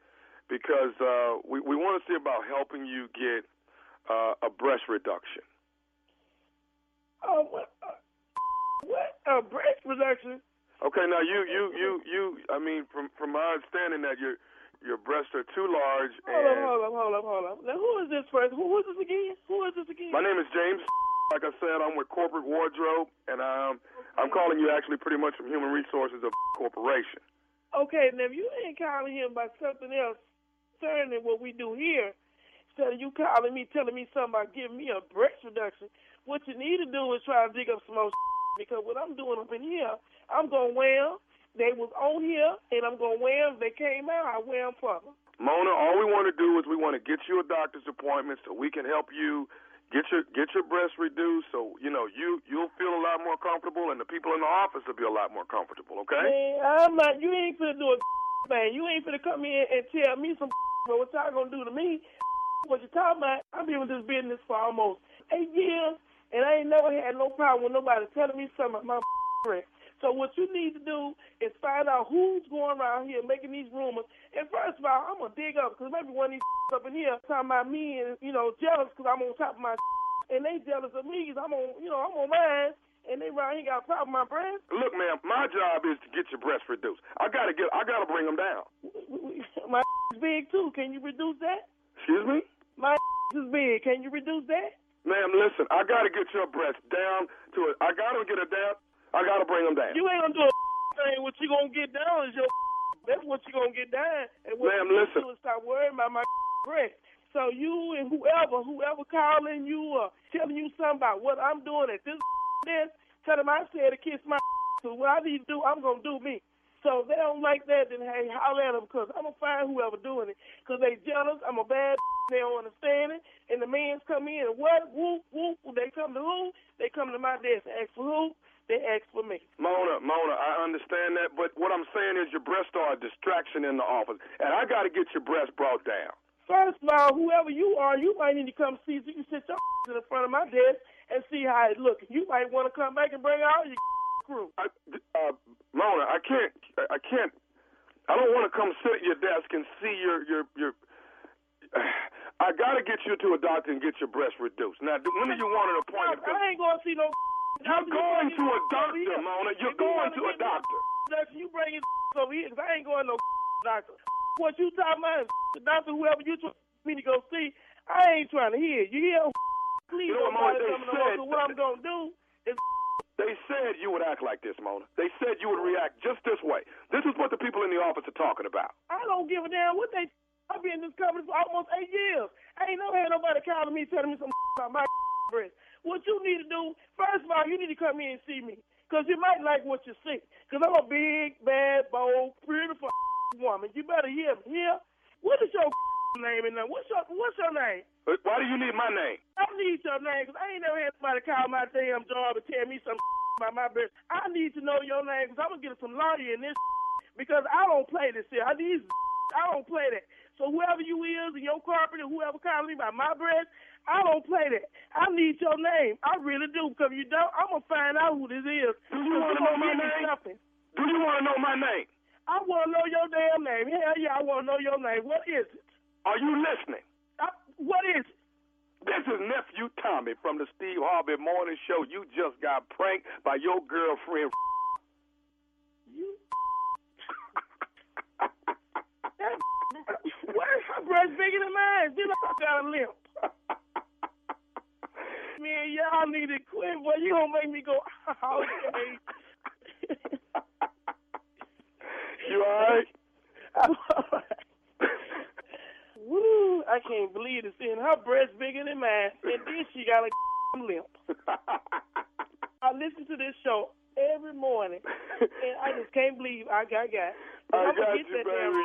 because uh, we we want to see about helping you get uh, a breast reduction. Oh, what? Uh, what? A breast reduction? Okay, now you you you you. I mean, from from my understanding that your your breasts are too large. Hold on, and hold on, hold on, hold on. Now, who is this person? Who is this again? Who is this again? My name is James. Like I said, I'm with Corporate Wardrobe, and I'm I'm calling you actually pretty much from Human Resources of Corporation. Okay, now if you ain't calling him about something else concerning what we do here, instead of you calling me, telling me something about giving me a breast reduction, what you need to do is try to dig up some more *laughs* because what I'm doing up in here, I'm going to wham. They was on here, and I'm going to wham. They came out, I wham for them. Mona, all we want to do is we want to get you a doctor's appointment so we can help you get your get your breasts reduced so you know you you'll feel a lot more comfortable and the people in the office will be a lot more comfortable. Okay? Man, I'm not, you ain't finna do a *laughs* thing. You ain't finna come in and tell me some *laughs* about what *laughs* y'all gonna do to me. What you talking about? I've been with this business for almost eight years, And I ain't never had no problem with nobody telling me something about my *laughs* friend. So what you need to do is find out who's going around here making these rumors. And first of all, I'm gonna dig up because maybe one of these *laughs* up in here talking about me and you know jealous because I'm on top of my *laughs* and they jealous of me because I'm on you know I'm on mine and they around here got a problem with my brand. Look, ma'am, my job is to get your breasts reduced. I gotta get, I gotta bring them down. My is big too. Can you reduce that? Excuse me, My *laughs* is big. Can you reduce that? ma'am. Listen, I gotta get your breasts down to it. I gotta get it down. I gotta bring them down. You ain't gonna do a *laughs* thing. What you gonna get down is your. *laughs* That's what you gonna get down. And what Ma'am, you listen. do is stop worrying about my *laughs* breath. So you and whoever, whoever calling you or telling you something about what I'm doing at this *laughs* this, tell them I said to kiss my. *laughs* So what I need to do, I'm gonna do me. So if they don't like that, then hey, holler at them because I'm gonna find whoever doing it because they jealous. I'm a bad. *laughs* They don't understand it, and the men's come in and what? Whoop whoop. They come to who? They come to my desk. Ask for who? They ask for me. Mona, Mona, I understand that, but what I'm saying is your breasts are a distraction in the office, and I gotta get your breasts brought down. First of all, whoever you are, you might need to come see if you can sit your *laughs* in the front of my desk and see how it looks. You might want to come back and bring all your *laughs* crew. uh, Mona, I can't, I can't, I don't want to come sit at your desk and see your, your, your. *sighs* I gotta get you to a doctor and get your breasts reduced. Now, do- when do you want an appointment? I ain't going to see no. *laughs* You're going to a doctor, Mona. You're going to a *laughs* doctor. doctor. You bring your *laughs* over here 'cause I ain't going to no *laughs* doctor. What you talking about is *laughs* the doctor, whoever you trying me to go see, I ain't trying to hear. You hear? *laughs* Please You know don't what, bother Maude, they coming to said- work. What I'm going to do is They said you would act like this, Mona. They said you would react just this way. This is what the people in the office are talking about. I don't give a damn what they. I've been in this company for almost eight years. I ain't never had nobody calling me telling me some *laughs* about my breath. What you need to do, first of all, you need to come in and see me. Because you might like what you see. Because I'm a big, bad, bold, beautiful *laughs* woman. You better hear me. Here? What is your *laughs* name and what's your, what's your name? But Why do you need my name? I need your name 'cause I ain't never had somebody call my damn job and tell me some *laughs* about my business. I need to know your name 'cause I'm going to get some lawyer in this *laughs* because I don't play this here. I need *laughs* I don't play that. So whoever you is and your carpenter, whoever calling me by my breath, I don't play that. I need your name. I really do because if you don't, I'm going to find out who this is. Do you wanna know my name? Something. Do you want to know my name? I want to know your damn name. Hell yeah, I want to know your name. What is it? Are you listening? I, what is it? This is nephew Tommy from the Steve Harvey Morning Show. You just got pranked by your girlfriend. What? Her breast bigger than mine. This I got a limp. *laughs* Man, y'all need to quit, boy. You gonna make me go, okay. *laughs* You alright? *laughs* Woo! I can't believe this. And her breast bigger than mine, and then she got a *laughs* limp. I listen to this show every morning, and I just can't believe I got got. *laughs* I I'm got gonna get you, that damn baby.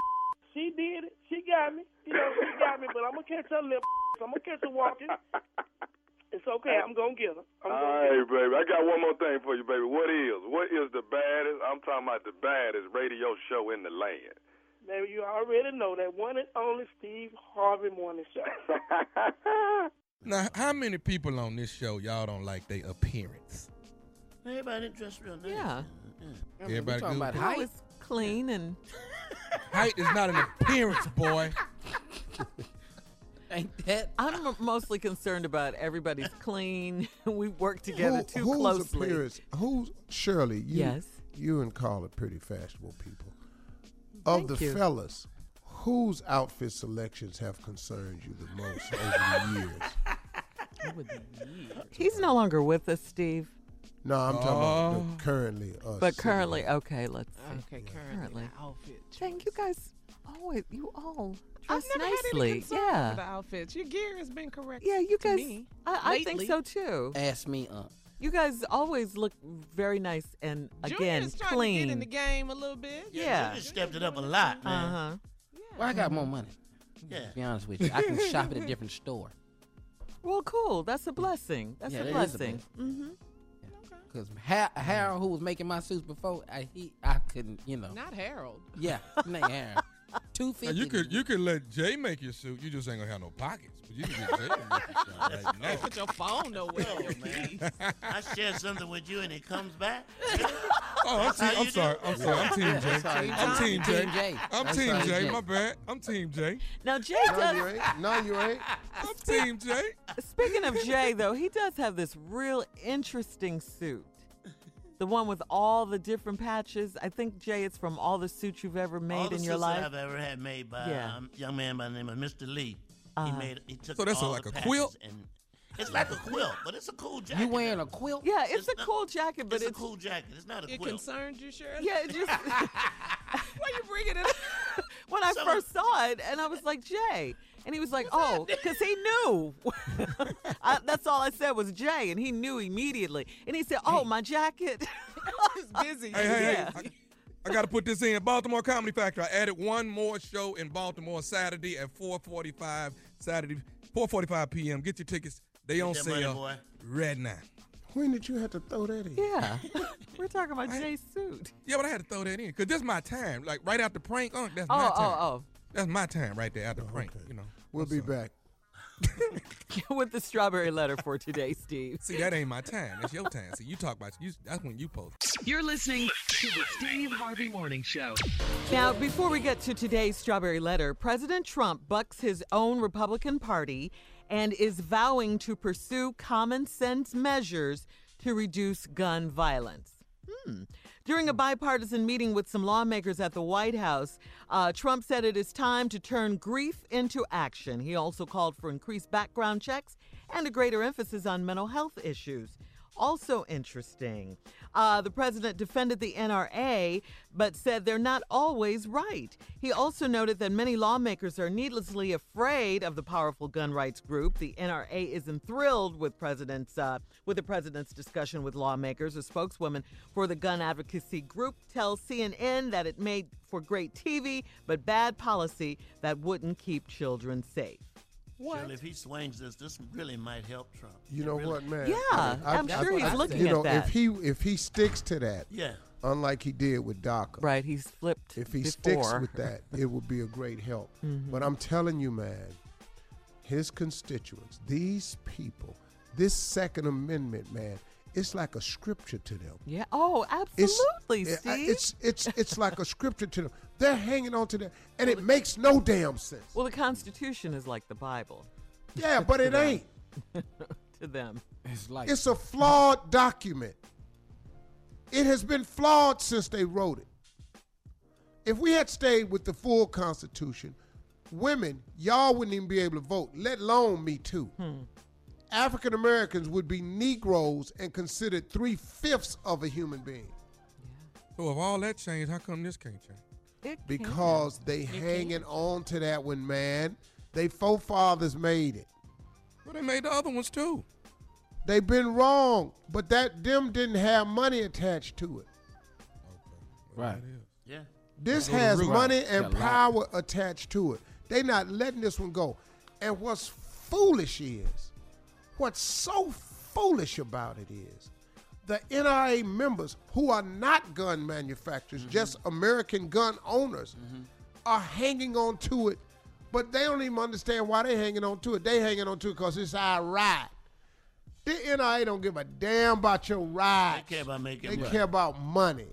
she did it. She got me. You know, she got me, but I'm gonna catch her lip. I'm gonna catch her walking. It's okay. I'm gonna get her. All right, baby. I got one more thing for you, baby. What is? What is the baddest? I'm talking about the baddest radio show in the land. Baby, you already know that one and only Steve Harvey Morning Show. Now, how many people on this show y'all don't like their appearance? Everybody dressed real nice. Yeah. Everybody good? Who is clean and Height is not an appearance, boy. I'm m- mostly concerned about everybody's clean. *laughs* we work together Who- too whose closely. appearance- Who's Shirley? You, Yes. You and Carl are pretty fashionable people. Of Thank the you. fellas, whose outfit selections have concerned you the most over the years? He's no longer with us, Steve. No, I'm talking Oh. about the currently. Us But sitting currently, on. okay, let's see. Okay, currently, the outfit Dang, you guys always, you all I've dress never had any nicely. concern yeah. with the outfits. Your gear has been correct. Yeah, you to guys- me I- I think lately. so, too. Ask me up. You guys always look very nice and again Junior's starting to get in clean. the game a little bit. Yeah. You stepped it up a lot, man. Uh-huh. Well, I got more money. Yeah. To be honest with you, I can shop at a different store. Well, cool. That's a blessing. That's Yeah, a that is a blessing. Mm-hmm. Cause Har- Harold, who was making my suits before, I he I couldn't, you know. Not Harold. Yeah, name Harold. two fifty. you could you could let Jay make your suit. You just ain't gonna have no pockets. But you can get Jay to make your suit. Like, no. Put your phone nowhere. your keys. I share something with you and it comes back. *laughs* Oh, I'm, That's team, how I'm you sorry. do it. I'm sorry. I'm Team J. I'm Team J. Team J. I'm That's Team right. J. My bad. I'm Team J. Now Jay No, does. you ain't. No, you *laughs* ain't. I'm Team Jay. Speaking of Jay, though, he does have this real interesting suit. The one with all the different patches. I think Jay, it's from all the suits you've ever made All the in your suits life. that I've ever had made by Yeah. um, a young man by the name of Mr. Lee. He Uh-huh. made he took So that's a- all like the a patches quilt? and it's like a quilt, but it's a cool jacket. wearing a quilt? Yeah, it's, a cool jacket, but it's, it's, a cool jacket. It's not a It quilt. concerns you, Shirley? *laughs* Yeah, it just. *laughs* Why you bringing it up? when I So- first saw it, and I was like Jay, and he was like, "Oh, because he knew." *laughs* I, that's all I said was Jay, and he knew immediately, and he said, "Oh, my jacket." busy. Hey, hey, hey. I, I got to put this in. Baltimore Comedy Factory. I added one more show in Baltimore Saturday at 4:45 Saturday 4:45 p.m. Get your tickets. They on that money, sale boy. right now. When did you have to throw that in? Yeah. *laughs* We're talking about Jay's suit. Yeah, but I had to throw that in because this my time. Like right after prank, uh, that's Oh, my oh, time. oh. That's my time right there after prank. You know. Oh, We'll be back. *laughs* with the strawberry letter for today, Steve. See, that ain't my time. That's your time. See, you talk about you. That's when you post. You're listening to the Steve Harvey Morning Show. Now, before we get to today's strawberry letter, President Trump bucks his own Republican Party and is vowing to pursue common sense measures to reduce gun violence. Hmm. During a bipartisan meeting with some lawmakers at the White House, uh, Trump said it is time to turn grief into action. He also called for increased background checks and a greater emphasis on mental health issues. Also interesting, uh, the president defended the NRA, but said they're not always right. He also noted that many lawmakers are needlessly afraid of the powerful gun rights group. The NRA isn't thrilled with president's uh, with the president's discussion with lawmakers. A spokeswoman for the gun advocacy group tells CNN that it made for great TV, but bad policy that wouldn't keep children safe. Shirley, if he swings this, this really might help Trump. You know what, man? Yeah, I'm sure he's looking you at know, that. If he if he sticks to that, Yeah. unlike he did with DACA, right? He's flipped. If he before. sticks *laughs* with that, it would be a great help. Mhm. But I'm telling you, man, his constituents, these people, this Second Amendment, man, it's like a scripture to them. Yeah. Oh, absolutely, it's, I- Steve. It's it's *laughs* it's like a scripture to them. They're hanging on to that, and it makes no damn sense. well, the Constitution is like the Bible. Yeah, *laughs* but it ain't. to them. It's like It's a flawed document. It has been flawed since they wrote it. If we had stayed with the full Constitution, women, y'all wouldn't even be able to vote, let alone me too. African Americans would be Negroes and considered three fifths of a human being So if all that changed, how come this can't change? because they hanging on to that one, man. They forefathers made it. Well, they made the other ones too. They've been wrong, but that them didn't have money attached to it. Right. Yeah. This Go to has root. money Right. and Got a lot. power attached to it. They not letting this one go. And what's foolish is, what's so foolish about it is, the NRA members who are not gun manufacturers, Mm-hmm. just American gun owners, are hanging on to it, but they don't even understand why they hanging on to it. They hanging on to it because it's our right. The NRA don't give a damn about your right. They care about making They money. care about money.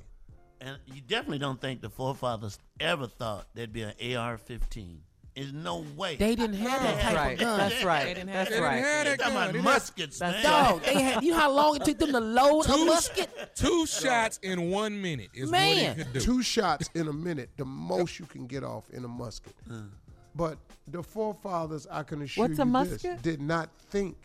And you definitely don't think the forefathers ever thought there'd be an AR-15. There's no way. They didn't have that type right. of gun. That's right. They didn't That's have that. right. They're talking about muskets, man. Dog, they had. You know how long it took them to load a Two- musket? Two shots in one minute is what he could do. Two shots in a minute, the most you can get off in a musket. Uh. But the forefathers, I can assure What's a you, This, musket? did not think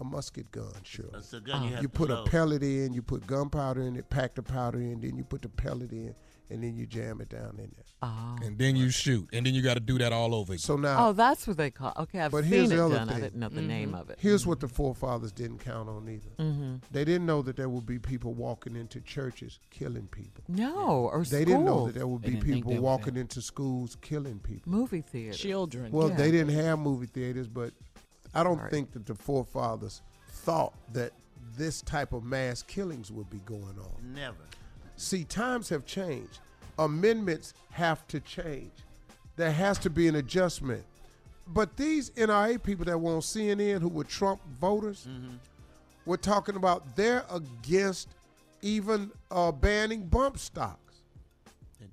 a musket gun. Sure, It's a gun you have to put load. a pellet in, you put gunpowder in it, pack the powder in, then you put the pellet in, and then you jam it down in there. And then you shoot, and then you got to do that all over again. So now, Oh, that's what they call. Okay, I've but seen here's it the other done. thing. I didn't know the name of it. Mm-hmm. Here's what the forefathers didn't count on either. Mhm. They didn't know that there would be people walking into churches killing people. No, or They didn't know schools. that there would They be didn't think people that was walking into schools killing people. Movie theater. Children. Well, yeah. they didn't have movie theaters, but I don't Right. think that the forefathers thought that this type of mass killings would be going on. Never. See, times have changed. Amendments have to change. There has to be an adjustment. But these NRA people that were on CNN who were Trump voters, we're talking about they're against even uh, banning bump stocks.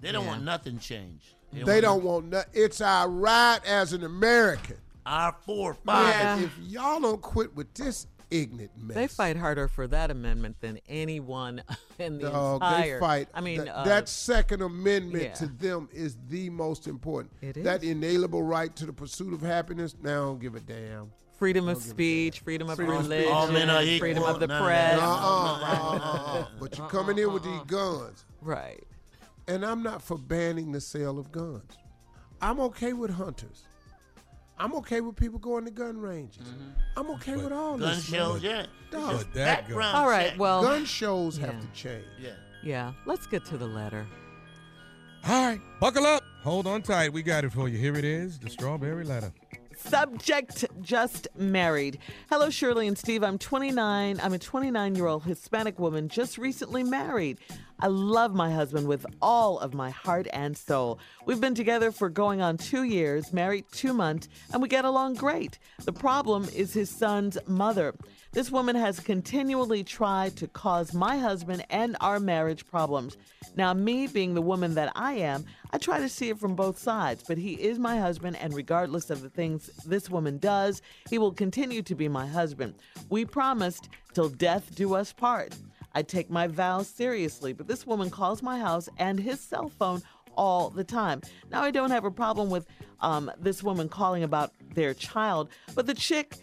They don't want nothing changed. They don't want no, it's our right as an American. Our four Man, if y'all don't quit with this ignorant mess, They fight harder for that amendment than anyone *laughs* in the dog, entire. they fight. I mean, Th- uh, that Second Amendment yeah. to them is the most important. It is. That inalienable right to the pursuit of happiness. Now, I don't give a damn. freedom of speech, freedom of Freedom of speech. religion, All men are freedom equal. of the None of press. Uh-uh. that. Uh-uh, uh-uh. But you coming in with these guns. Right. And I'm not for banning the sale of guns. I'm okay with hunters. I'm okay with people going to gun ranges. I'm okay with all gun this. shows, man. yeah. Dog, Just But that gun- background All right, well- Oh, gun shows have Yeah. to change. Yeah. Yeah. Let's get to the letter. All right, buckle up. Hold on tight. We got it for you. Here it is the strawberry letter. Subject just married. Hello, Shirley and Steve. I'm 29. I'm a 29 year old Hispanic woman just recently married. I love my husband with all of my heart and soul. We've been together for going on two years, married two months, and we get along great. The problem is his son's mother. This woman has continually tried to cause my husband and our marriage problems. Now, me being the woman that I am, I try to see it from both sides, but he is my husband, and regardless of the things this woman does, he will continue to be my husband. We promised till death do us part. I take my vows seriously, but this woman calls my house and his cell phone all the time. Now, I don't have a problem with um, this woman calling about their child, but the chick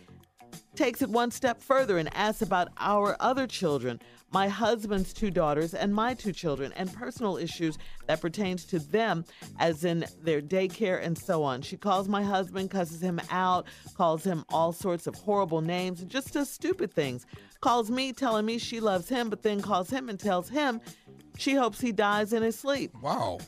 takes it one step further and asks about our other children, my husband's two daughters and my two children, and personal issues that pertains to them, as in their daycare and so on. She calls my husband, cusses him out, calls him all sorts of horrible names, and just does stupid things. Calls me, telling me she loves him, but then calls him and tells him she hopes he dies in his sleep. Wow.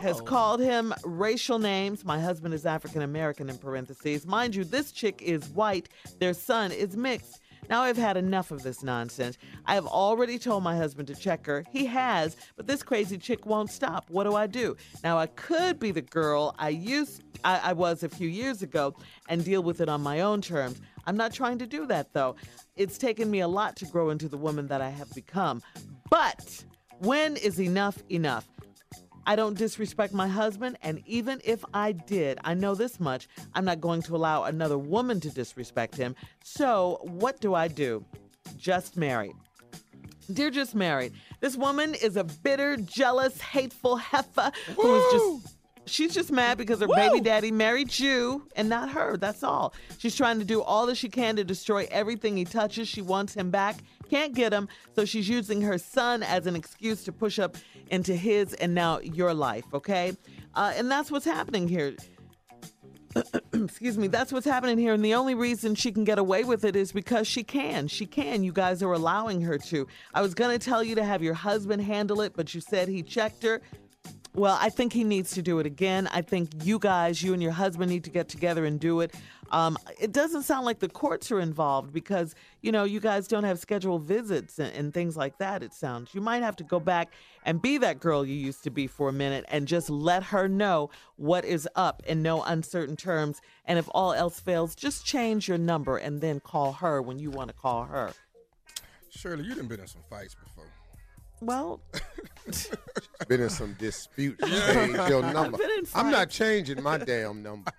Has called him racial names. My husband is African American, in parentheses. Mind you, this chick is white. Their son is mixed. Now I've had enough of this nonsense. I have already told my husband to check her. He has, but this crazy chick won't stop. What do I do? Now I could be the girl I used I, I was a few years ago and deal with it on my own terms. I'm not trying to do that though. It's taken me a lot to grow into the woman that I have become. But when is enough enough? I don't disrespect my husband, and even if I did, I know this much I'm not going to allow another woman to disrespect him. So, what do I do? Just married. Dear Just Married, this woman is a bitter, jealous, hateful heifer who is just. She's just mad because her baby daddy married you and not her. That's all. She's trying to do all that she can to destroy everything he touches. She wants him back, can't get him, so she's using her son as an excuse to push up into his and now your life, okay? Uh, and that's what's happening here excuse me, that's what's happening here. And the only reason she can get away with it is because she can. She can. You guys are allowing her to. I was going to tell you to have your husband handle it, but you said he checked her. Well, I think he needs to do it again. I think you guys, you and your husband, need to get together and do it. Um, it doesn't sound like the courts are involved because, you know, you guys don't have scheduled visits and, and things like that, it sounds. You might have to go back and be that girl you used to be for a minute and just let her know what is up in no uncertain terms. And if all else fails, just change your number and then call her when you want to call her. Shirley, you done been in some fights before. Well, *laughs* Been in some dispute. Yeah. Change your I've number. been in I'm not fights. changing my damn number.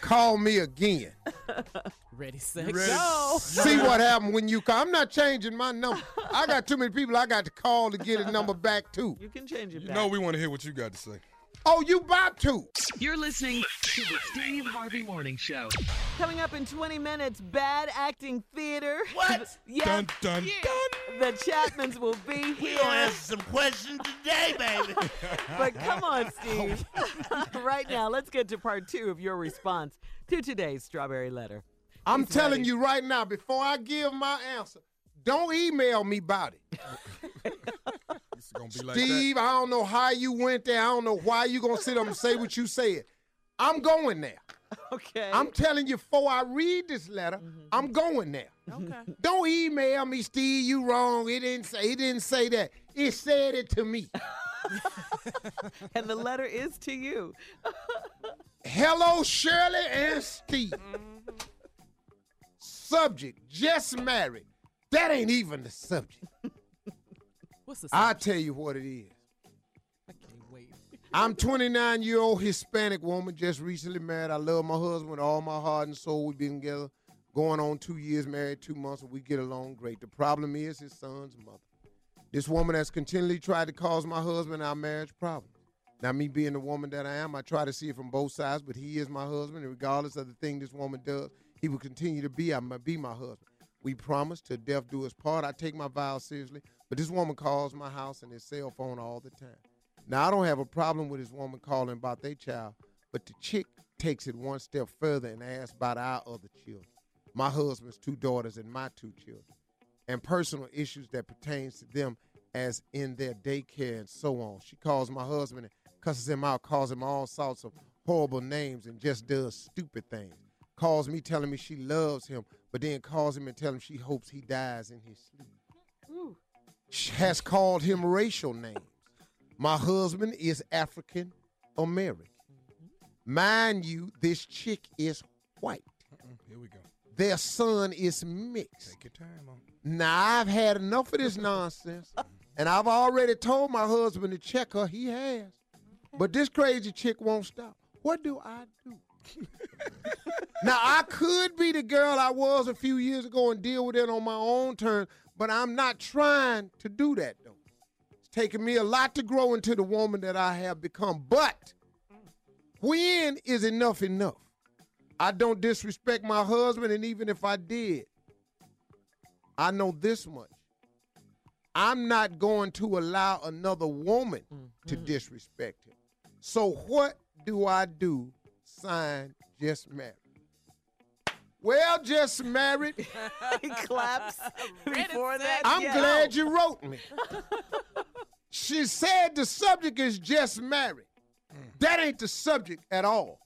Call me *laughs* again. Ready, set, Ready? go. See what happened when you call. I'm not changing my number. I got too many people I got to call to get a number back to. You can change it You know we want to hear what you got to say. Oh, you bop to. You're listening to the Steve Harvey Morning Show. Coming up in 20 minutes, Bad Acting Theater. *laughs* What? yeah. Dun, dun, The Chapmans will be here. gonna answer some questions today, *laughs* baby. but come on, Steve. *laughs* right now, let's get to part two of your response to today's strawberry letter. I'm He's telling ready. you right now, before I give my answer, don't email me about it. Gonna be like that. Steve, I don't know how you went there. I don't know why you gonna sit up and say what you said. I'm going there. *laughs* Okay. Mm-hmm. I'm telling you before I read this letter, I'm going there. *laughs* Okay. Don't email me, Steve, you wrong. It didn't say it didn't say that. It said it to me. *laughs* and the letter is to you. *laughs* Hello, Shirley and Steve. Mm-hmm. subject, just married. That ain't even the subject. What's I'll tell you what it is. Wait. I'm 29 year old Hispanic woman, just recently married. I love my husband with all my heart and soul. We've been together going on two years, married two months, and we get along great. The problem is his son's mother. This woman has continually tried to cause my husband our marriage problem. Now, me being the woman that I am, I try to see it from both sides, but he is my husband, and regardless of the thing this woman does, he will continue to be, I might be my husband. We promise to death do us part. I take my vows seriously, but this woman calls my house and his cell phone all the time. Now, I don't have a problem with this woman calling about their child, but the chick takes it one step further and asks about our other children my husband's two daughters and my two children, and personal issues that pertains to them as in their daycare and so on. She calls my husband and cusses him out, calls him all sorts of horrible names and just does stupid things. Calls me telling me she loves him, but then calls him and tells him she hopes he dies in his sleep sh- has called him racial names. My husband is African American. Mind you, this chick is white. Mm-hmm. Here we go. Their son is mixed. Take your time on. Mm-hmm. Now I've had enough *laughs* of this nonsense, and I've already told my husband to check her. He has, but this crazy chick won't stop. What do I do? now I could be the girl I was a few years ago and deal with it on my own terms, but I'm not trying to do that though. It's taken me a lot to grow into the woman that I have become. But when is enough enough? I don't disrespect my husband, and even if I did, I know this much. I'm not going to allow another woman to disrespect him. So what do I do? Sign just married. Well, just married. *laughs* he claps before that. I'm yeah. glad you wrote me. she said the subject is just married. That ain't the subject at all.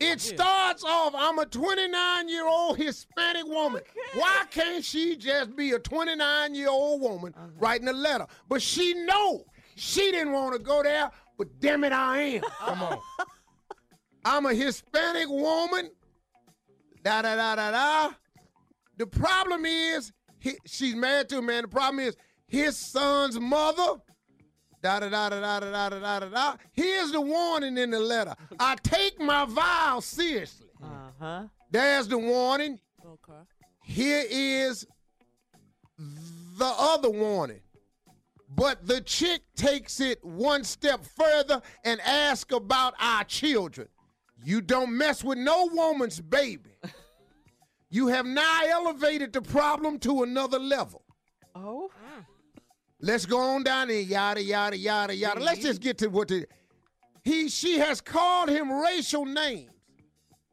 It starts off, I'm a 29 year old Hispanic woman. Why can't she just be a 29 year old woman writing a letter? But she know she didn't want to go there, but damn it, I am. Come on. *laughs* I'm a Hispanic woman. Da da da da da. The problem is, he- she's married to a man. The problem is, his son's mother da da da da da da da da da da. Here's the warning in the letter. I take my vows seriously. Uh huh. Uh-huh. There's the warning. Okay. Here is the other warning. But the chick takes it one step further and asks about our children. You don't mess with no woman's baby. You have now elevated the problem to another level. Oh. Let's go on down there, yada yada yada yada. Let's Mm-hmm. just get to what the he she has called him racial names.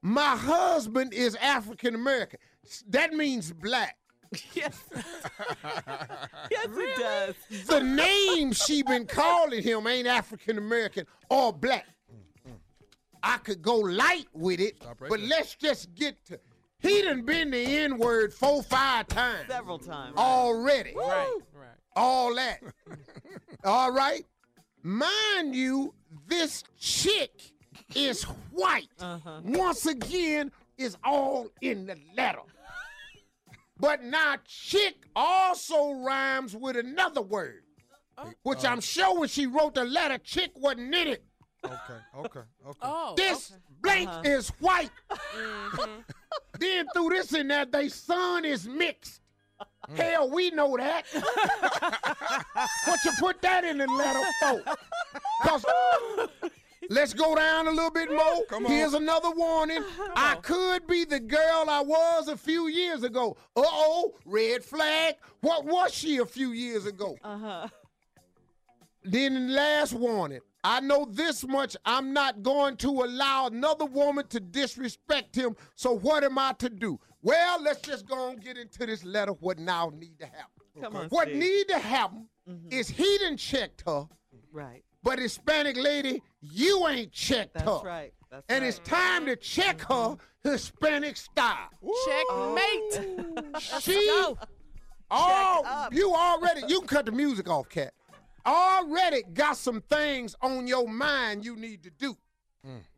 My husband is African American. That means black. *laughs* *laughs* Yes. yes, it does. The name she been calling him ain't African American or black. I could go light with it, right but there. let's just get to. He done been the N word four five times Several times. already. Right, right. All that. All right. Mind you, this chick is white. Once again, is all in the letter. But now chick also rhymes with another word. Which I'm sure when she wrote the letter, chick wasn't in it. Okay, okay, okay. Oh, this blank Uh-huh. is white. *laughs* then through this and that, they son is mixed. Hell, we know that. but you put that in the letter for. 'Cause- let's go down a little bit more. Come on. Here's another warning. I could be the girl I was a few years ago. Uh-oh, red flag. What was she a few years ago? Uh-huh. Then last warning. I know this much. I'm not going to allow another woman to disrespect him. So what am I to do? Well, let's just go and get into this letter. What now need to happen? Come on, what Steve. Mm-hmm. need to happen is he done checked her, Right. but Hispanic lady, you ain't checked That's her. right. Mm-hmm. That's and it's time to check her Hispanic style. Checkmate. She. Oh, you already. You can cut the music off, cat. already got some things on your mind you need to do.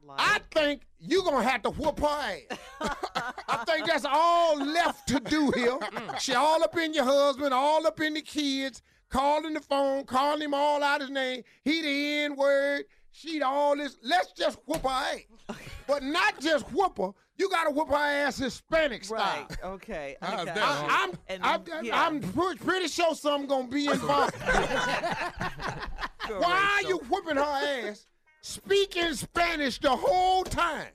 I think you're going to have to whoop her ass. *laughs* I think that's all left to do here. she all up in your husband, all up in the kids, calling the phone, calling him all out his name. He the N word. She the all this. Let's just whoop her ass. but not just whoop her. You got to whoop her ass Hispanic style. Right. Okay. I, got it. am And- I'm, yeah. I'm pre- pretty sure something gonna be involved. Why are you whooping her ass? Speaking Spanish the whole time.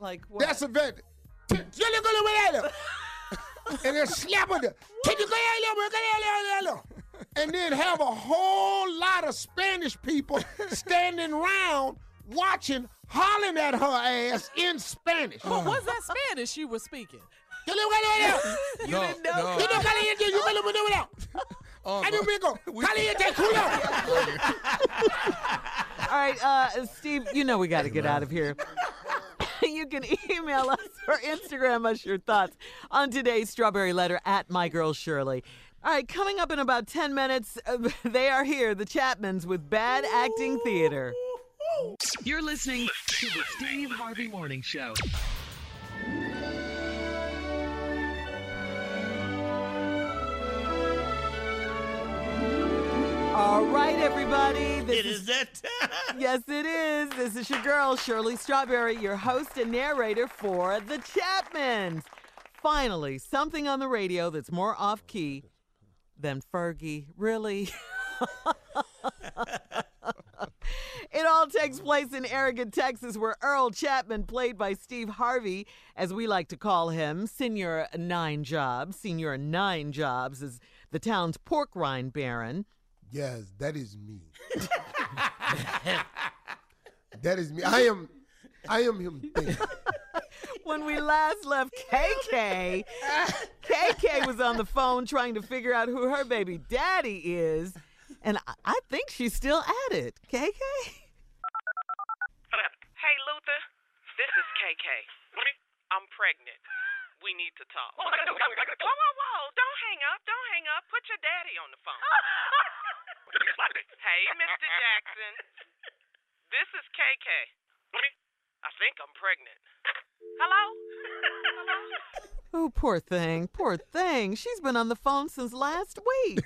Like what? That's a vet. Yo le con la *laughs* manera. And then slap her. the- Can you go there, little girl? Go there, little girl. And then have a whole lot of Spanish people standing around watching, hollering at her ass in Spanish. But was *laughs* that Spanish you were speaking? You *laughs* didn't know. You know, caliente, you better maneuver it out. And you bingo. Caliente, culo. All right, uh, Steve, you know we got to get out of here. *laughs* you can email us or Instagram us your thoughts on today's Strawberry Letter at My Girl Shirley. All right, coming up in about 10 minutes, uh, *laughs* they are here, the Chapmans, with Bad Acting Theater. You're listening to the Steve Harvey Morning *laughs* Show. All right, everybody. This It is that time. Yes, it is. This is your girl, Shirley Strawberry, your host and narrator for The Chapmans. Finally, something on the radio that's more off key than Fergie. Really? *laughs* It all takes place in Arrogant, Texas, where Earl Chapman, played by Steve Harvey, as we like to call him, Senior Nine Jobs, Senior Nine Jobs, is the town's pork rind baron. Yes, that is me. That is me. I am Oh I am him thinking. *laughs* when we last left KK, KK was on the phone trying to figure out who her baby daddy is, and I- I think she's still at it. KK? Hey, Luther. This is KK. I'm pregnant. We need to Oh talk. Whoa, whoa, whoa. Don't hang up. Don't hang up. Put your daddy on the *laughs* phone. hey, Mr. Jackson. This is KK. I think I'm pregnant. Hello? Hello? Oh, poor thing, poor thing. She's been on the phone since last week.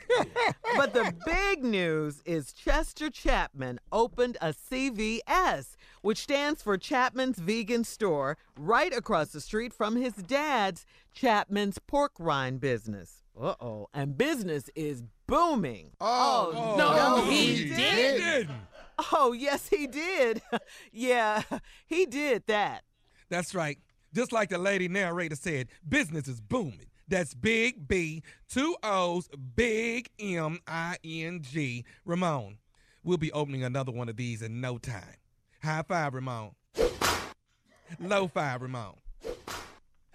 but the big news is Chester Chapman opened a CVS, which stands for Chapman's Vegan Store, right across the street from his dad's Chapman's Pork Rind business. Uh oh. And business is booming. Oh, no, he didn't. Oh, yes, he did. *laughs* yeah, he did that. That's right. Just like the lady narrator said, business is booming. That's big B, two O's, big M I N G. Ramon, we'll be opening another one of these in no time. High five, Ramon. Low five, Ramon.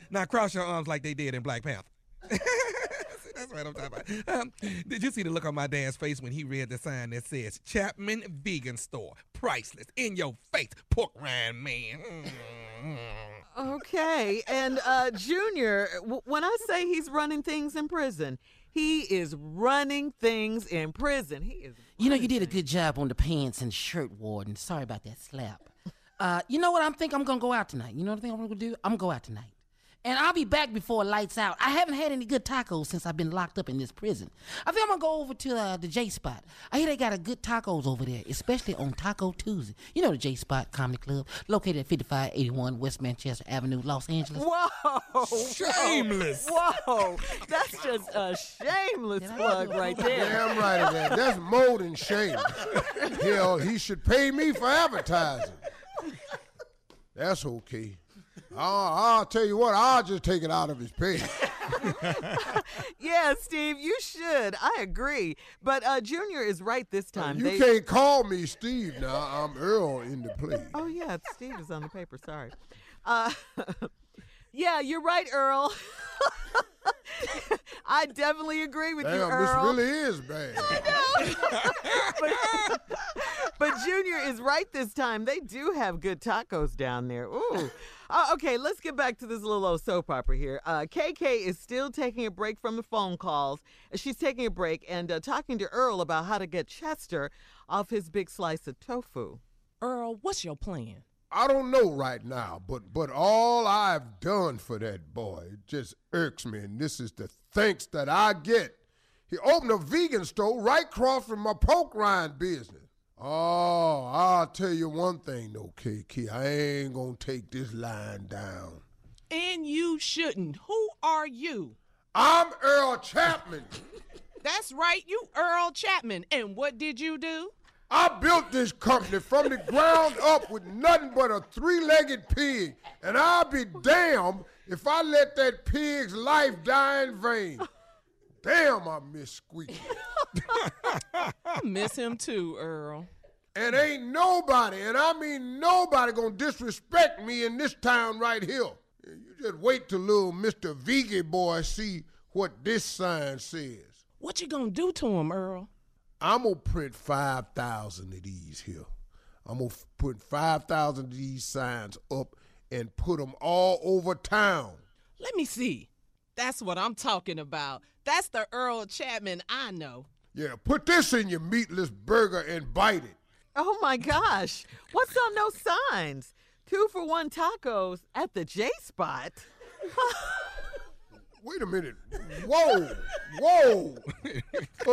Now cross your arms like they did in Black Panther. That's what I'm talking about. *laughs* Um, did you see the look on my dad's face when he read the sign that says Chapman Vegan Store, priceless, in your face, pork rind man? Mm. Okay, and uh, Junior, w- when I say he's running things in prison, he is running things in prison. He *laughs* is. You know, you did a good job on the pants and shirt, Warden. Sorry about that slap. Uh, you know what? I think I'm gonna go out tonight. You know what I think I'm gonna do? I'm gonna go out tonight, and I'll be back before lights out. I haven't had any good tacos since I've been locked up in this prison. I think I'm gonna go over to uh, the J Spot. I hear they got a good tacos over there, especially on Taco Tuesday. You know the J Spot Comedy Club, located at 5581 West Manchester Avenue, Los Angeles. Whoa! Shameless. Whoa! That's just a shameless plug right there. Damn right it is. That's more than shame. Hell, he should pay me for advertising. That's okay. I'll, I'll tell you what, I'll just take it out of his pay. *laughs* yeah, Steve, you should. I agree. But uh, Junior is right this time. Uh, You They- can't call me Steve now. I'm Earl in the play. Oh yeah, Steve is on the paper. Sorry. Uh, *laughs* yeah, you're right, Earl. *laughs* I definitely agree with you, Damn, this Earl. really is bad. *laughs* but Junior is right this time. They do have good tacos down there. Ooh. Uh, okay, let's get back to this little old soap opera here. Uh, KK is still taking a break from the phone calls. She's taking a break and uh, talking to Earl about how to get Chester off his big slice of tofu. Earl, what's your plan? I don't know right now, but but all I've done for that boy it just irks me, and this is the thanks that I get. He opened a vegan store right across from my pork rind business. Oh, I'll tell you one thing though, KK, I ain't gonna take this line down. And you shouldn't. Who are you? I'm Earl Chapman. *laughs* That's right, you Earl Chapman. And what did you do? I built this company from the ground up with nothing but a three-legged pig, and I'll be damned if I let that pig's life die in vain. Damn, I miss Squeak. I *laughs* miss him too, Earl. And ain't nobody, and I mean nobody, gonna disrespect me in this town right here. You just wait till little Mr. Vegan boy see what this sign says. What you gonna do to him, Earl? I'm gonna print 5,000 of these here. I'm gonna f- put 5,000 of these signs up and put them all over town. Let me see. That's what I'm talking about. That's the Earl Chapman I know. Yeah, put this in your meatless burger *laughs* and bite it. Oh my gosh. What's on those signs? Two for one tacos at the J Spot. Wait a minute. Whoa, whoa.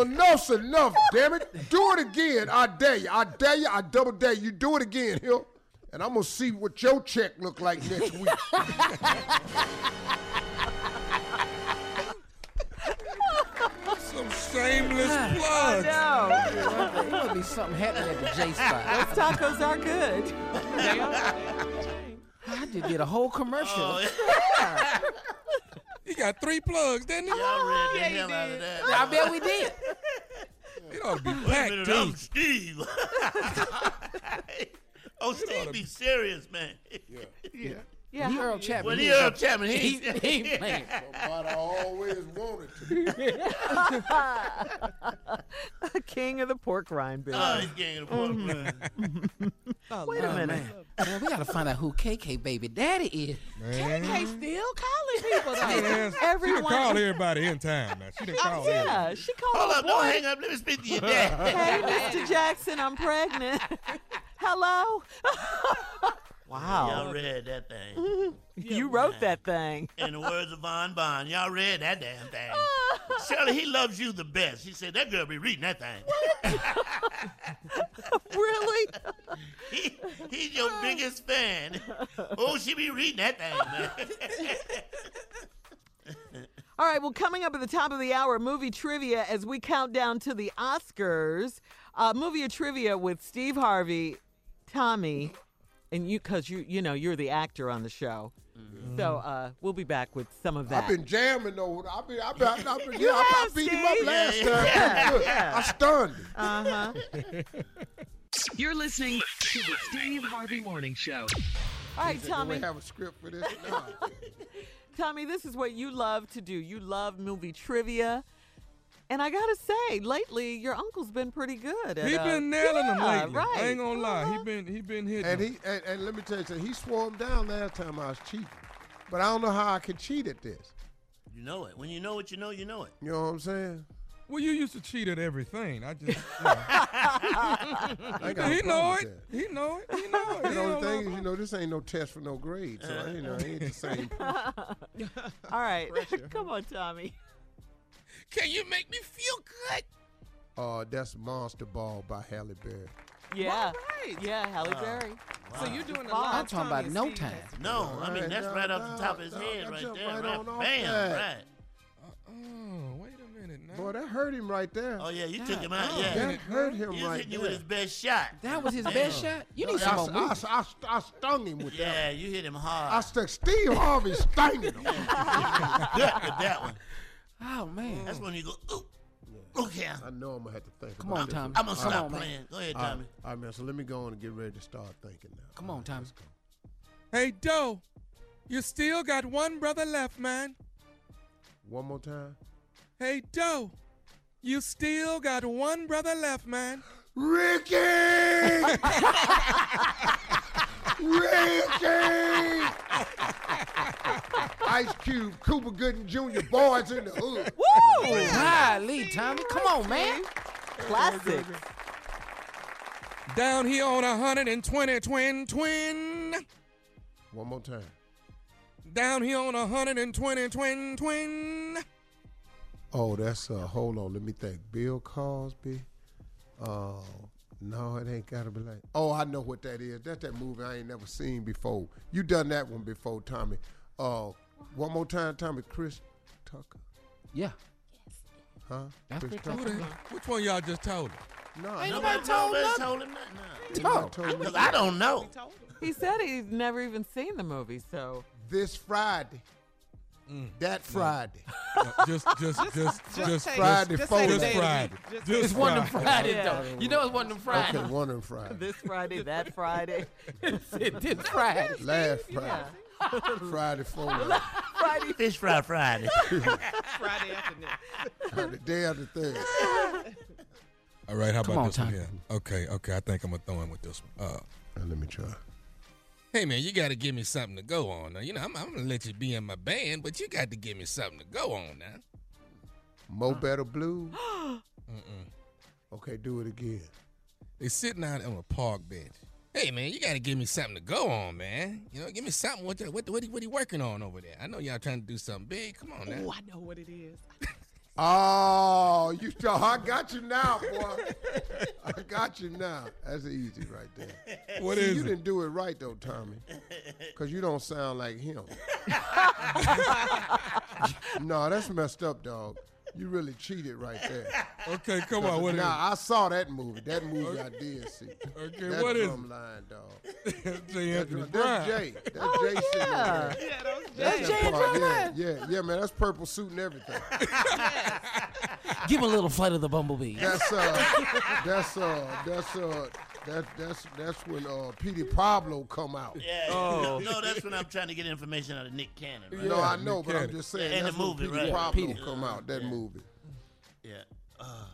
Enough's enough, damn it. Do it again. I dare you. I dare you. I double dare you. Do it again, Hill. And I'm going to see what your check look like *laughs* next week. Some shameless I plugs. know. There must be something happening at *laughs* the J spot. Those tacos are *laughs* good. I just did a whole commercial. *laughs* He got three plugs, didn't he? Y'all read the Yeah, he hell out of did. I bet we did. It ought to be Wait a packed, minute, too. I'm Steve. *laughs* oh, Steve, be serious, man. Yeah. Yeah. Yeah. He Earl Chapman. Well, He he is- Earl Chapman. He, he- he ain't *laughs* playing. Somebody always wanted *laughs* to. King of the pork rind business. Oh, he's king of the pork *laughs* rind. Wait a Oh, minute. Man. Man, we gotta find out who KK baby daddy is. KK still calling people though. Yes, She done *laughs* called everybody in time. Now. She done called everybody. *laughs* Yeah, she called Hold the up, don't boy. hang up. Let me speak to your *laughs* Hey, dad. Mr. Jackson, I'm pregnant. *laughs* Hello? *laughs* *laughs* Y'all wow. read that *laughs* thing. You wrote that thing. *laughs* In the words of Von Bond, y'all read that damn *laughs* thing. Shirley, he loves you the best. He said, that girl be reading that *laughs* thing. really? he, he's your Uh. biggest fan. Oh, she be reading that thing, *laughs* man. All right, well, coming up at the top of the hour, movie trivia as we count down to the Oscars. Uh, movie trivia with Steve Harvey, Tommy, and you, because you, you know, you're the actor on the show. So uh, we'll be back with some of that. I've been jamming though. I've been, I've been, I've been, You yeah, I- I have, beat him up Steve. last time. Yeah, Pretty good. yeah. I stunned him. Uh-huh. *laughs* Uh huh. You're listening to the Steve Harvey Morning Show. All right, He said, "Do Tommy. We have a script for this. Nah. Tommy, this is what you love to do. You love movie trivia. And I gotta say, lately your uncle's been pretty good. At, He uh, been nailing him *laughs* yeah, lately. Right. Uh-huh. I ain't gonna lie. He been he been hitting. And him. he and, and let me tell you something. He swore him down last time I was cheating, but I don't know how I could cheat at this. you know it. When you know it, you know you know it. You know what *laughs* I'm saying? Well, you used to cheat at everything. I just. you know. he know it. He know it. He *laughs* know it. The He don't only know. *laughs* thing is, you know, this ain't no test for no grade, so I, you know, it ain't the *laughs* same. All right. Come on, Tommy. Can you make me feel good? Uh, that's Monster Ball by Halle Berry. Yeah. right. Yeah, Halle Wow. Berry. So you're doing a Wow. lot. Tommy I'm talking about and no Steve. time. No, I mean, Alright, that's now, right off now, the top of his now, head I right jump there. right Right on off Bam, that. right. Oh, wait a minute now. Boy, that hurt him right there. Oh, yeah, you took him out, Oh, yeah. That hurt him You was right hitting you there. with his best shot. That was his Damn. best shot. You need I, some more I, moves. I, I stung him with that. Yeah, you hit him hard. I stuck Steve Harvey stinging him. Good *laughs* with that one. Oh man. That's when you go, ooh. Okay. I know I'm gonna have to think. Come about on, this Tommy. one. I'm gonna All right. stop playing. Go ahead, All right. Tommy. All right, man. So let me go on and get ready to start thinking now. Come on, Tommy. Hey, Doe, you still got one brother left, man. One more time. Hey, Doe, you still got one brother left, man. Ricky! Ricky! *laughs* Ice Cube, Cooper Gooden Jr., boys in the hood. Woo! Golly, Tommy. Come on, man. Classic. Down here on 120 twin twin. One more time. Down here on 120 twin twin. Oh, that's uh hold on, let me think. Bill Cosby. Oh, no, it ain't gotta be like Oh, I know what that is. That's that movie I *laughs* ain't never seen before. You done that one before, Tommy. Uh one more time, Tommy, Chris Tucker. Yeah. Huh? That's Chris Who the- Which one y'all just told him? No, Ain't nobody told nothing. Talk. Look, I don't know. He said he's never even seen the movie, so. This Friday. That Friday. just, just, just, just take- Friday. just forward. say the day of the week. Just- It's one of them Fridays, Yeah. though. You know it's one of them Fridays. Okay, one of them Fridays. *laughs* This Friday, that Friday. *laughs* *laughs* this Friday. Last Friday. Friday forward. Friday. Fish fry *laughs* Friday. Friday afternoon. *laughs* Friday, day after Thursday. All right, how Come about on, this one here? Okay, okay, I think I'm gonna throw in with this one. Uh, let me try. Hey man, you got to give me something to go on. Now, you know, I'm, I'm gonna let you be in my band, but you got to give me something to go on now. Mo Better Blue. *gasps* Mm-mm. Okay, do it again. They sitting out on a park bench. Hey man, you got to give me something to go on, man. You know, give me something. What the, what the, what, he- what he working on over there? I know y'all trying to do something big. Come on now. Oh, I know what *sighs* it is. Oh, you oh, I got you now, *laughs* boy. I got you now. That's easy right there. *laughs* What See, is you it? didn't do it right though, Tommy. Cause you don't sound like *laughs* him. no, that's messed up, dog. You really cheated right there. Okay, come on, what is Now I saw that movie. That movie I did see. Okay, that what is it? drum line, dog. *laughs* Jay Anthony That's Brown. Jay. That's Jay sitting over yeah. there. Yeah, that was Jay. that Jay and part, Drum Yeah, yeah, yeah, man. That's purple suit and *laughs* everything. Give a little flight of the bumblebee. That's uh, that's uh, that's uh, that that's that's when uh, Petey Pablo come out. Yeah. Oh. *laughs* No, that's when I'm trying to get information out of Nick Cannon. Right? no, I know, but I'm just saying. Yeah, in the that's when movie, Petey right? Pablo Peter. come out that movie. Yeah.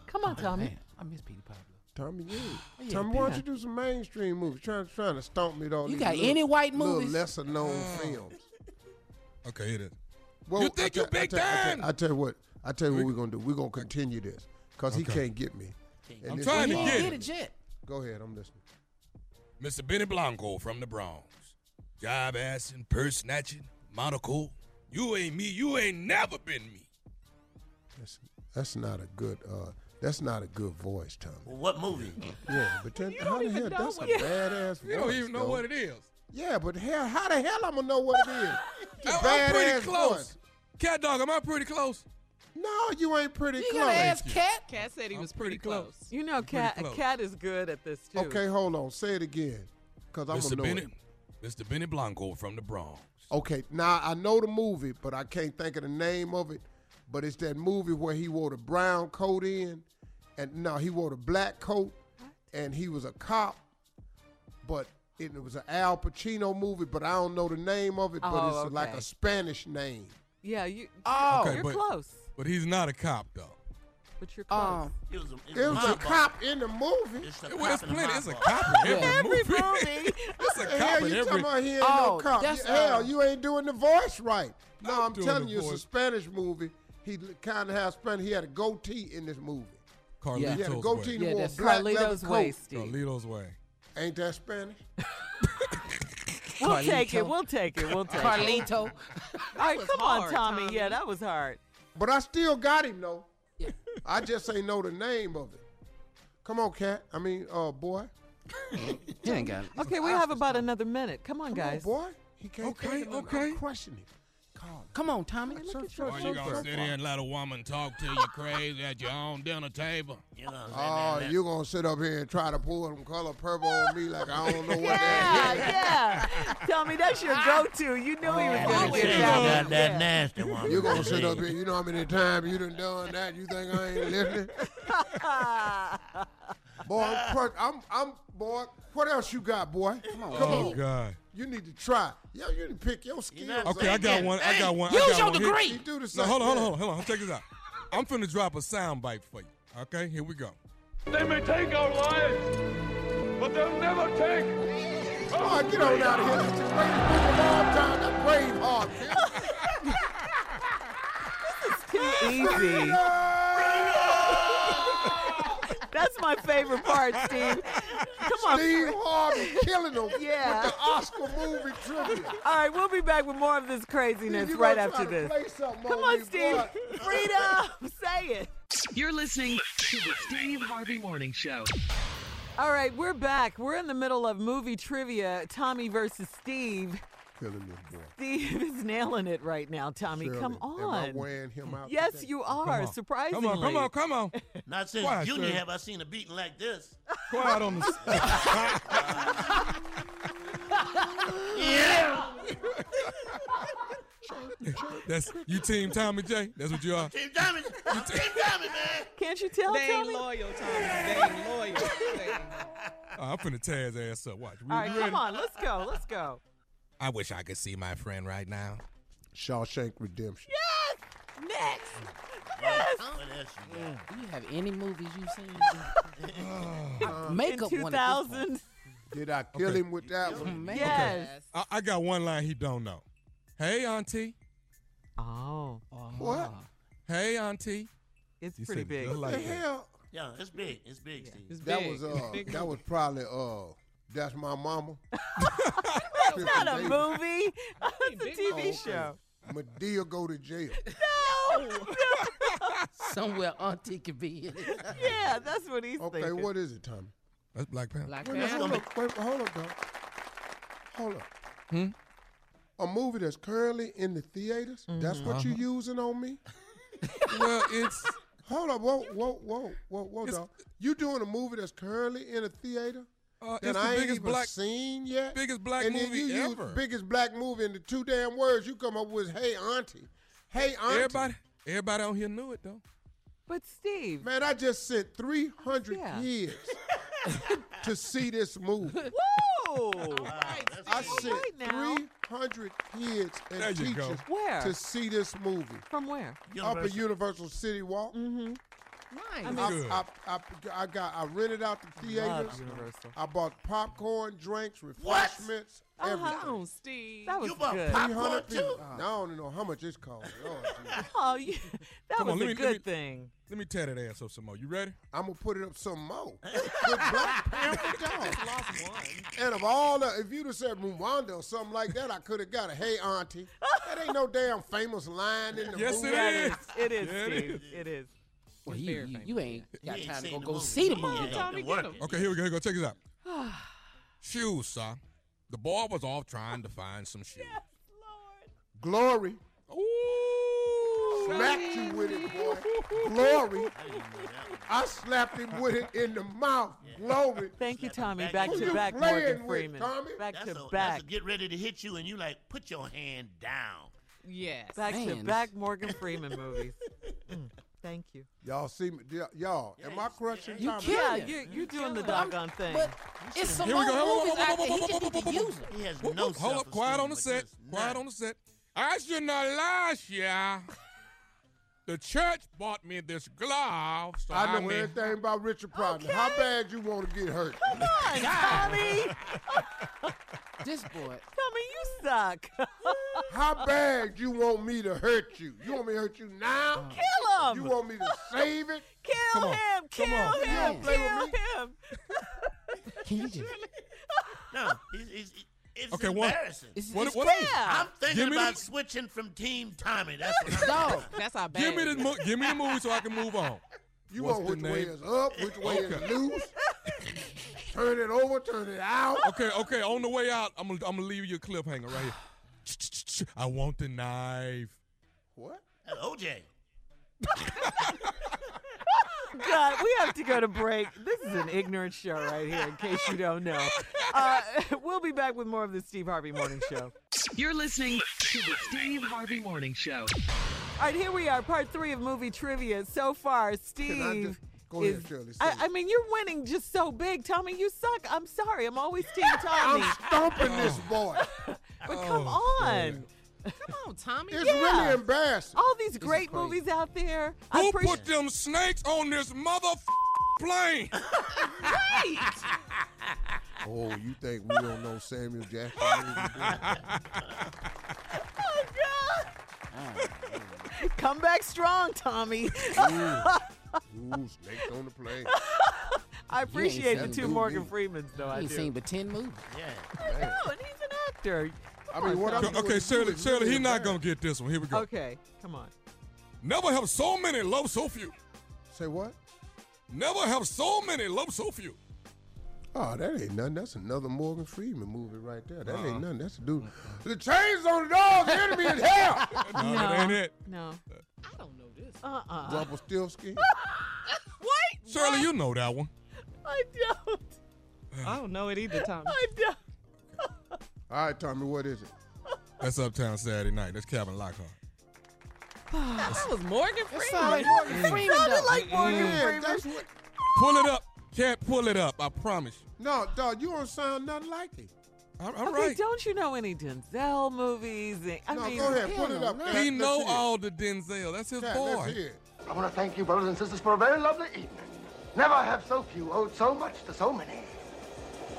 Come on, Tommy. Oh, I miss Petey Pablo. Tommy, yeah. yeah, Tommy, why don't Peter. you do some mainstream movies? Trying trying to stomp me all You these got little- any white movies? Little lesser known films. Uh. Okay, it is. Well, You think I you tell- I big tell- I tell- time? I tell you what. I tell you what we're gonna do. We're gonna continue this because he Okay. can't get me. And I'm this trying to is- get it. Go ahead, I'm listening. Mr. Benny Blanco from the Bronx. Job assing, purse snatching, monocle. You ain't me. You ain't never been me. That's, that's not a good. Uh, that's not a good voice, Tommy. Well, what movie? Yeah, but then, how the hell? That's a what- badass. You don't voice, even know though. what it is. Yeah, but hell, how the hell I'm gonna know what it is? *laughs* Just I- I'm pretty badass close. voice. Cat dog, am I pretty close? No, you ain't pretty You close. gotta ask Cat. Cat said he was pretty pretty, close. You know, Cat, close. Cat is good at this too. Okay, hold on. Say it again, cause I'm Mr. gonna know Benny, it. Mr. Benny Blanco from the Bronx. Okay, now I know the movie, but I can't think of the name of it. But it's that movie where he wore the brown coat in, and no, he wore the black coat, and he was a cop. But it, it was an Al Pacino movie, but I don't know the name of it. but Oh, it's like okay. a Spanish name. Yeah, you. Uh, Oh. you're close. But he's not a cop though. But you're close. Um, it was It was a cop in the movie. Well, it's plenty. It's a cop in every, movie. *laughs* it's a The cop hell in you every. talking about here ain't Oh, no cop. You- that's, uh, hell, um, you ain't doing the voice right. No, I'm, doing telling the you, it's a voice. Spanish movie. He kind of has Spanish. He had a goatee in this movie. Carlito's He had a Way. goatee and Yeah, wore a that's black leather Carlito's coat. Way, Steve. Carlito's way. Ain't *laughs* that Spanish? We'll take it. Carlito. We'll take it. We'll take it. Carlito. All right, was come on, hard, Tommy. Tommy. Yeah, that was hard. But I still got him though. I just ain't know the name of it. Come on, cat. I mean, uh, boy. You ain't got it. Okay, we have about another minute. Come on, Come on, guys. boy. He can't Okay, think of it. I'm crushing him. Come on, Tommy. Look at your- Are you gonna sit here and let a woman talk to you crazy at your own dinner table? You know Oh, you gonna sit up here and try to pull them color purple on me like I don't know what Yeah, that is. yeah. Tommy, that's your go-to. You knew he Oh, was gonna She get ain't that. got that nasty one. You gonna sit up here? You know how many times you done done that? You think I ain't listening? boy, I'm, crush- I'm, I'm, boy. What else you got, boy? Come on, come Oh on. God. You need to try. Yo, you need to pick your skills. Okay, I got one. I got one. I got one. Here- He do the No, same hold on, hold thing. on, hold on. Check this out. I'm finna drop a sound bite for you. Okay, here we go. They may take our lives, but they'll never take. Oh, get on out of here. That's the greatest book of all time. That's Braveheart. *laughs* Too easy. *laughs* That's my favorite part, Steve. Come on. Steve Harvey killing them yeah. with the Oscar movie trivia. *laughs* All right, we'll be back with more of this craziness You right gonna try after to this. play something Come on on, me, Steve. boy. Freedom. Say it. You're listening to the Steve Harvey Morning Show. All right, we're back. We're in the middle of movie trivia Tommy versus Steve. Killing this boy. Steve is nailing it right now, Tommy. Shirley, come Am I on. wearing him out? Yes, today? you are, on. surprisingly. Come on, come on, come on. Not since Why, Junior sir? have I seen a beating like this. Quiet on the. Yeah. *laughs* That's you, Team Tommy J. That's what *laughs* you are. Team Diamond. I'm Team Diamond, man. Can't you tell, They ain't Tommy? loyal, Tommy. They ain't loyal. Oh, I'm finna tear his ass up. Watch. We- All right, we ready? come on. Let's go. Let's go. I wish I could see my friend right now. Shawshank Redemption. Yes. Next. Yes. Do you have any movies you've *laughs* seen? Uh, Makeup one at this point. Did I kill Okay. him *laughs* with that one? Man. Yes. I, I got one line he don't know. Hey, Auntie. Oh. Uh-huh. What? Hey, Auntie. It's You pretty said it big. just like that. Yeah, it's big. It's big, Steve. That was uh, that was probably uh, that's my mama. That's not a movie. It's a TV show. Medea go to jail. *laughs* Somewhere Auntie could be in it. Yeah, that's what he's Okay, thinking. what is it, Tommy? That's Black Panther. Black Wait, Panther. hold up, wait, hold up, dog. Hold up. Hmm? A movie that's currently in the theaters. That's what you Uh-huh. using on me. *laughs* well, it's Hold up, whoa, whoa, whoa, whoa, whoa, dog. You doing a movie that's currently in a theater? Uh, that it's the I ain't biggest even black- seen yet. biggest black and then movie you use ever. biggest black movie, and the two damn words you come up with, is, "Hey, auntie." Hey, auntie. everybody. Everybody on here knew it though. But Steve. Man, I just sent 300 Yeah. years *laughs* to see this movie. Whoa. I all sent right now. 300 kids There and you go. teachers Where? to see this movie. From where? Up at Universal City Walk. Mm-hmm. Nice. I, I, I, I got I rented out the theaters. Love Universal. I bought popcorn, drinks, refreshments, Oh, Come everything. on, Steve. That was bought good. pop- 300 Popcorn, people. Ah. too? Now, I don't even know how much it's cost. Lord, Jesus. *laughs* Oh, yeah. that Come was on, let a me- let good me- thing. Let me tear that ass up some more. You ready? I'm gonna put it up some *laughs* more. With Black Panther dog. And of all the, if you'd have said Rwanda or something like that, I could have got a hey auntie. That ain't no damn famous line in the Yes, movie. it is. That is. It is, Yeah, it Steve. It is. *sighs* Well, you, you, you ain't got He ain't time to seen go, the go movie. see the Yeah, movie, it though. been working. Okay, here we go. Here we go. Check this out. shoes, sir. The boy was off trying to find some shoes. Glory. Ooh. Smacked you with it, boy. Glory. I slapped him with it in the mouth. Glory. Thank you, Tommy. back Back in. to Who back, you playing Morgan with, Freeman. Tommy? Back That's to a, back. that's a get ready to hit you, and you like put your hand down. Yes. Back to Man. back Morgan Freeman *laughs* movies. Mm, Thank you. Y'all see me, y'all. Am I crushing You Tommy? killed Yeah, him. you're, you're doing the But I'm- doggone thing. But it's some Here we more go. Hold movies on, out hold on, there. He hold on, just need to hold on, use them. He has Whoop, no whoop. Hold up. Quiet self-esteem, on the but set. just Quiet none. on the set. I should not last *laughs* year. The church bought me this glove. So I know mean- everything about Richard Pryor. How bad you want to get hurt? Come on, Tommy. *laughs* This boy. Tommy, you suck. How bad you want me to hurt you? You want me to hurt you now? Kill him. You want me to save it? *laughs* Kill Come on. him. Kill Come on. You don't him. play with Kill me. him. Can you just, No, he's, he's, it's Okay, what- embarrassing. it's, What, it's what, Yeah. I'm thinking Give me about the- switching from Team Tommy. That's what I'm dog. That's our bad. Give me the mo- give me the movie so I can move *laughs* on. You What's the want which way name? is up, which way Okay. is loose? turn it over, turn it out. *laughs* Okay, okay. On the way out, I'm gonna I'm gonna leave you a cliffhanger right here. *sighs* I want the knife. What? That's OJ. *laughs* God, we *laughs* have to *laughs* go to break. This is an ignorant show right here, in case you don't know. Uh, *laughs* we'll be back with more of the Steve Harvey Morning Show. You're listening to the Steve Harvey Morning Show. All right, here we are, part three of movie trivia. So far, Steve. just- go is, ahead, Shirley, say I, it. I mean, you're winning just so big, Tommy. You suck. I'm sorry. I'm always Team Tommy. I'm stomping this *laughs* boy. but come Oh, on. Come on, Tommy. It's Yeah. really embarrassing. All these great movies out there. I Who appreciate put them snakes on this mother *laughs* plane. Oh, you think we don't know Samuel Jackson? *laughs* oh Ah. God! Come back strong, Tommy. Ooh, snakes on the plane. *laughs* I appreciate the seen two Blue Morgan Beetle. Freemans, though. I You ain't do. seen but ten movies. Yeah. I know, and he's an actor. Come mean, on, what I'm Tommy. okay, Shirley, Shirley, he's not gonna get this one. Here we go. Okay, come on. Never have so many, love so few. Say what? Never have so many, love so few. Oh, that ain't nothing. That's another Morgan Freeman movie right there. That Uh-uh. ain't nothing. That's a dude. The chains *laughs* on the dog. The enemy is hell. No, that ain't it. No. I don't know this. Uh-uh. *laughs* Rubble still skin. Wait. Shirley, you know that one. I *laughs* don't. I don't Oh, know it either, Tommy. I don't. All right, Tommy, what is it? That's Uptown Saturday Night. That's Kevin Lockhart. that was Morgan Freeman. It sounded like Morgan Freeman, It sounded though. like Morgan Yeah, Freeman. that's what. Pull it up. Can't pull it up. I promise. you. No, dog, you don't sound nothing like him. I'm, okay, don't you know any Denzel movies? I No, mean, go ahead, pull it up. He know all the Denzel. That's his boy. I want to thank you, brothers and sisters, for a very lovely evening. Never have so few owed so much to so many.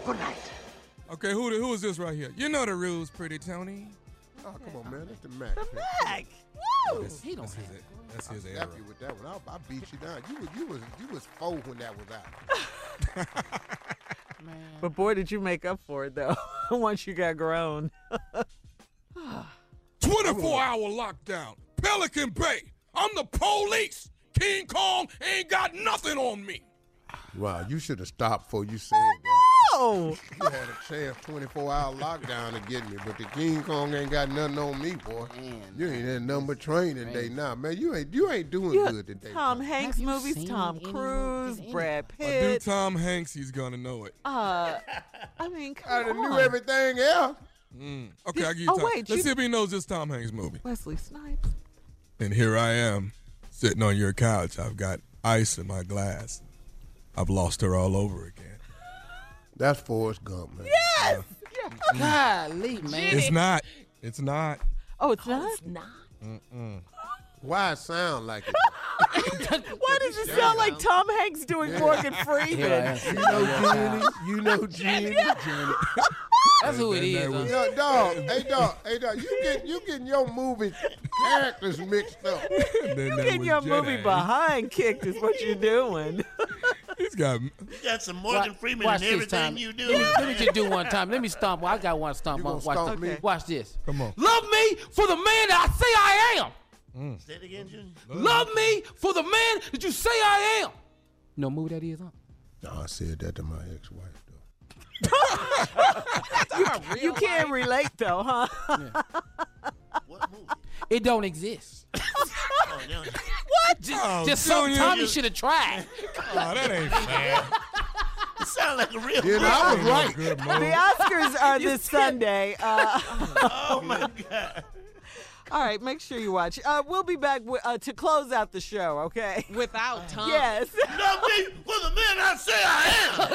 Good night. Okay, who the- who is this right here? You know the rules, pretty Tony. Oh, come on, man. That's the Mac. man. Mac. Woo. That's, that's his, e- that's his I era. slapped you with that one. I, I beat you down. You was you was you was four when that was out. man. But boy, did you make up for it though *laughs* once you got grown. 24 hour lockdown. Pelican Bay. I'm the police. King Kong ain't got nothing on me. *laughs* Wow, you should have stopped before you said that. *laughs* Oh. You had a chance 24 hour lockdown to get me, but the King Kong ain't got nothing on me, boy. you ain't had nothing but training day now, man. You ain't you ain't doing You- good today. Tom Hanks you movies, seen Tom any Cruise, Brad I do Pitt. Tom Hanks, he's gonna know it. Uh, I mean, come I done on. knew everything else. Mm. Okay, I give you Oh, time. wait, Let's you- see if he knows this Tom Hanks movie. Wesley Snipes. And here I am, sitting on your couch. I've got ice in my glass. I've lost her all over again. That's Forrest Gump, man. Yes! Golly, man. It's not. It's not. Oh, it's not. It's not. Mm-mm. Why it *laughs* sound like it? *laughs* Why does it sound like Tom Hanks doing Morgan Freeman? You know Jenny. You know *laughs* Jenny. That's who it is. huh? Yo, dog. Hey, dog. Hey, dog. You get you getting your movie characters mixed up. you Getting your eh? movie behind kicked is what you're doing. He's got. You got some Morgan Freeman watch in this, everything Tommy. you do. Let me, let me just do one *laughs* time. Let me stomp. one. I got one stomp. You one. gonna watch stomp this. me? Watch this. Come on. *laughs* *laughs* Love me for the man that I say I am. Say it again, Junior. Love me for the man that you say I am. No movie that is, huh? No, I said that to my ex-wife though. You can't relate though, huh? *laughs* It don't exist. What? Just, Oh, just something Junior. Tommy should have tried. Oh, that ain't fair. You sound like a real. Yeah, I was right. Good The move. Oscars *laughs* are this Sunday. Uh, Oh my God. all right, make sure you watch. Uh, we'll be back wi- uh, to close out the show. *laughs* Okay. Uh, Without Tom. Yes. Love me for the man I say I am.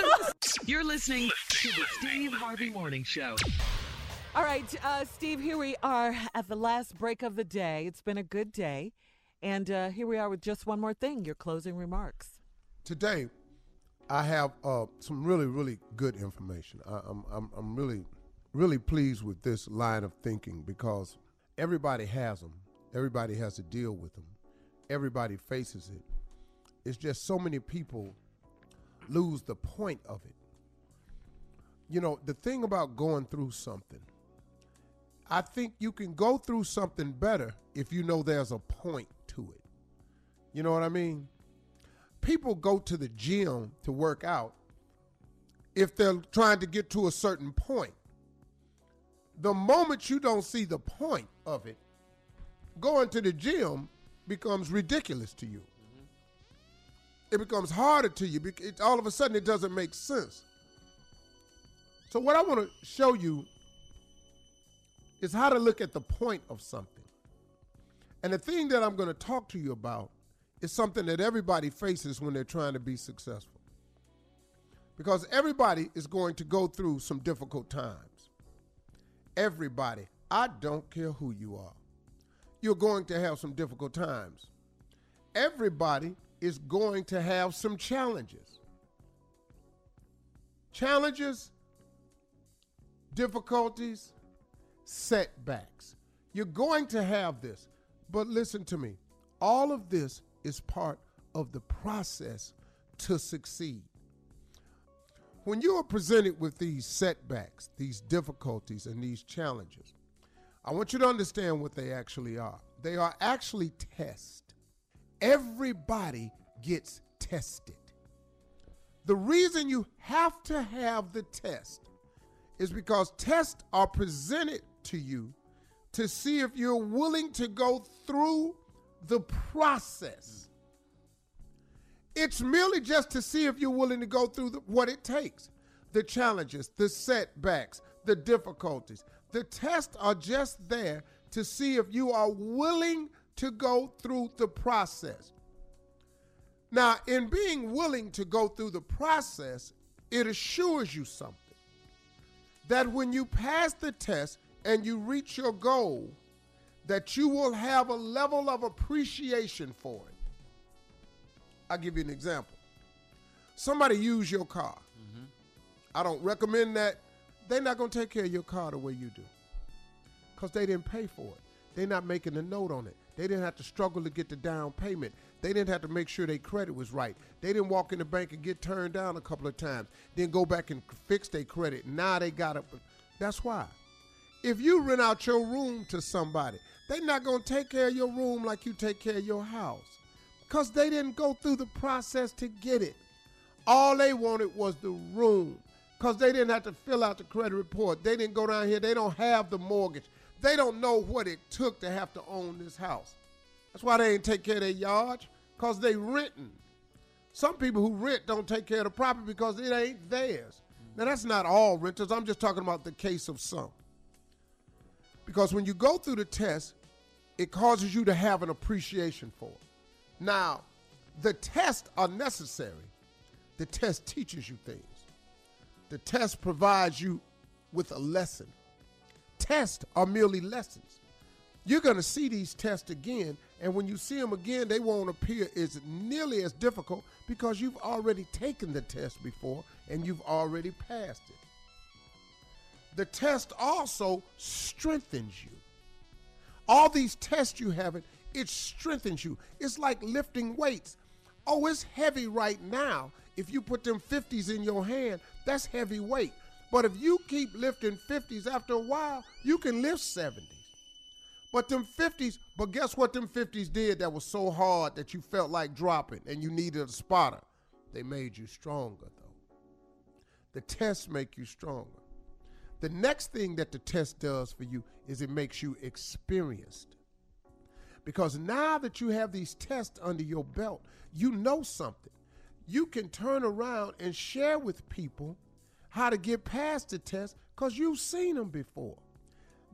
You're listening to the Steve Harvey Morning Show. All right, uh, Steve, here we are at the last break of the day. It's been a good day. And uh, here we are with just one more thing your closing remarks. Today, I have uh, some really, really good information. I, I'm, I'm, I'm really, really pleased with this line of thinking because everybody has them. Everybody has to deal with them. Everybody faces it. It's just so many people lose the point of it. You know, the thing about going through something, I think you can go through something better if you know there's a point to it. You know what I mean? people go to the gym to work out if they're trying to get to a certain point. The moment you don't see the point of it, going to the gym becomes ridiculous to you. It becomes harder to you. bec- It, all of a sudden, it doesn't make sense. So, what I want to show you is how to look at the point of something. And the thing that I'm going to talk to you about is something that everybody faces when they're trying to be successful. Because everybody is going to go through some difficult times. Everybody, I don't care who you are, you're going to have some difficult times. Everybody is going to have some challenges. challenges, difficulties, setbacks. You're going to have this, but listen to me. All of this is part of the process to succeed. When you are presented with these setbacks, these difficulties, and these challenges, I want you to understand what they actually are. They are actually tests. Everybody gets tested. The reason you have to have the test is because tests are presented to you to see if you're willing to go through the process. It's merely just to see if you're willing to go through the, what it takes the challenges, the setbacks, the difficulties. The tests are just there to see if you are willing to go through the process. Now, in being willing to go through the process, it assures you something that when you pass the test and you reach your goal, that you will have a level of appreciation for it. I'll give you an example. Somebody use your car. Mm-hmm. I don't recommend that. They're not going to take care of your car the way you do because they didn't pay for it. They're not making a note on it. They didn't have to struggle to get the down payment. They didn't have to make sure their credit was right. They didn't walk in the bank and get turned down a couple of times, then go back and fix their credit. Now they got it. That's why. If you rent out your room to somebody, they're not going to take care of your room like you take care of your house because they didn't go through the process to get it. All they wanted was the room because they didn't have to fill out the credit report. They didn't go down here. They don't have the mortgage. They don't know what it took to have to own this house. That's why they ain't take care of their yard because they renting. Some people who rent don't take care of the property because it ain't theirs. Now that's not all renters. I'm just talking about the case of some. Because when you go through the test, it causes you to have an appreciation for it. Now, the tests are necessary. The test teaches you things. The test provides you with a lesson. Tests are merely lessons. You're going to see these tests again, and when you see them again, they won't appear as nearly as difficult because you've already taken the test before and you've already passed it. The test also strengthens you. All these tests you having, it strengthens you. It's like lifting weights. Oh, it's heavy right now. If you put them 50s in your hand, that's heavy weight. But if you keep lifting 50s after a while, you can lift 70s. But them 50s, but guess what them 50s did that was so hard that you felt like dropping and you needed a spotter? They made you stronger, though. The tests make you stronger. The next thing that the test does for you is it makes you experienced. Because now that you have these tests under your belt, you know something. You can turn around and share with people how to get past the test because you've seen them before.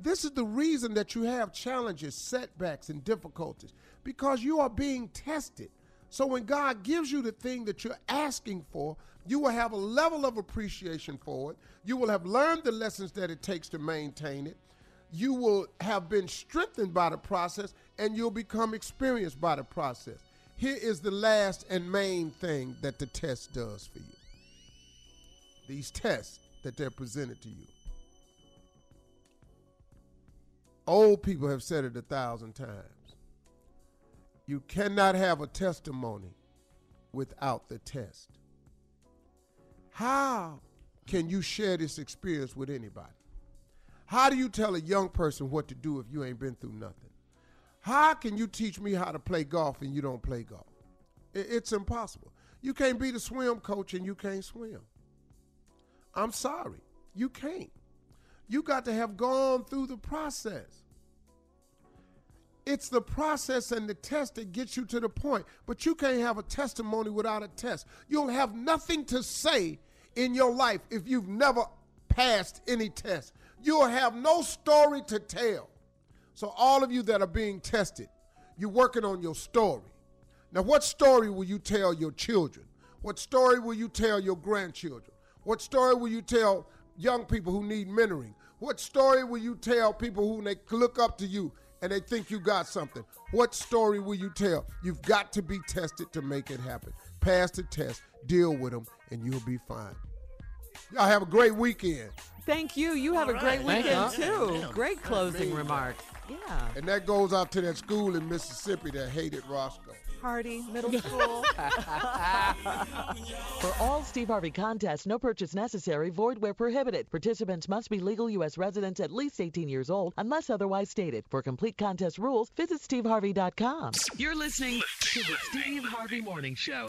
This is the reason that you have challenges, setbacks, and difficulties because you are being tested. So when God gives you the thing that you're asking for, you will have a level of appreciation for it. You will have learned the lessons that it takes to maintain it. You will have been strengthened by the process and you'll become experienced by the process. Here is the last and main thing that the test does for you these tests that they're presented to you. Old people have said it a thousand times. You cannot have a testimony without the test. How can you share this experience with anybody? How do you tell a young person what to do if you ain't been through nothing? How can you teach me how to play golf and you don't play golf? I- It's impossible. You can't be the swim coach and you can't swim. I'm sorry. You can't. You got to have gone through the process. It's the process and the test that gets you to the point, but you can't have a testimony without a test. You'll have nothing to say in your life if you've never passed any test. You'll have no story to tell. So, all of you that are being tested, you're working on your story. Now, what story will you tell your children? What story will you tell your grandchildren? What story will you tell young people who need mentoring? What story will you tell people who they look up to you and they think you got something? What story will you tell? You've got to be tested to make it happen. Pass the test, deal with them, and you'll be fine. Y'all have a great weekend. Thank you. You have a great Thank weekend you. too. Damn. Great closing Amazing. remarks. Yeah. And that goes out to that school in Mississippi that hated Roscoe. Hardy Middle School. *laughs* For all Steve Harvey contests, no purchase necessary, void where prohibited. Participants must be legal U.S. residents at least 18 years old, unless otherwise stated. For complete contest rules, visit steveharvey.com. You're listening to the Steve Harvey Morning Show.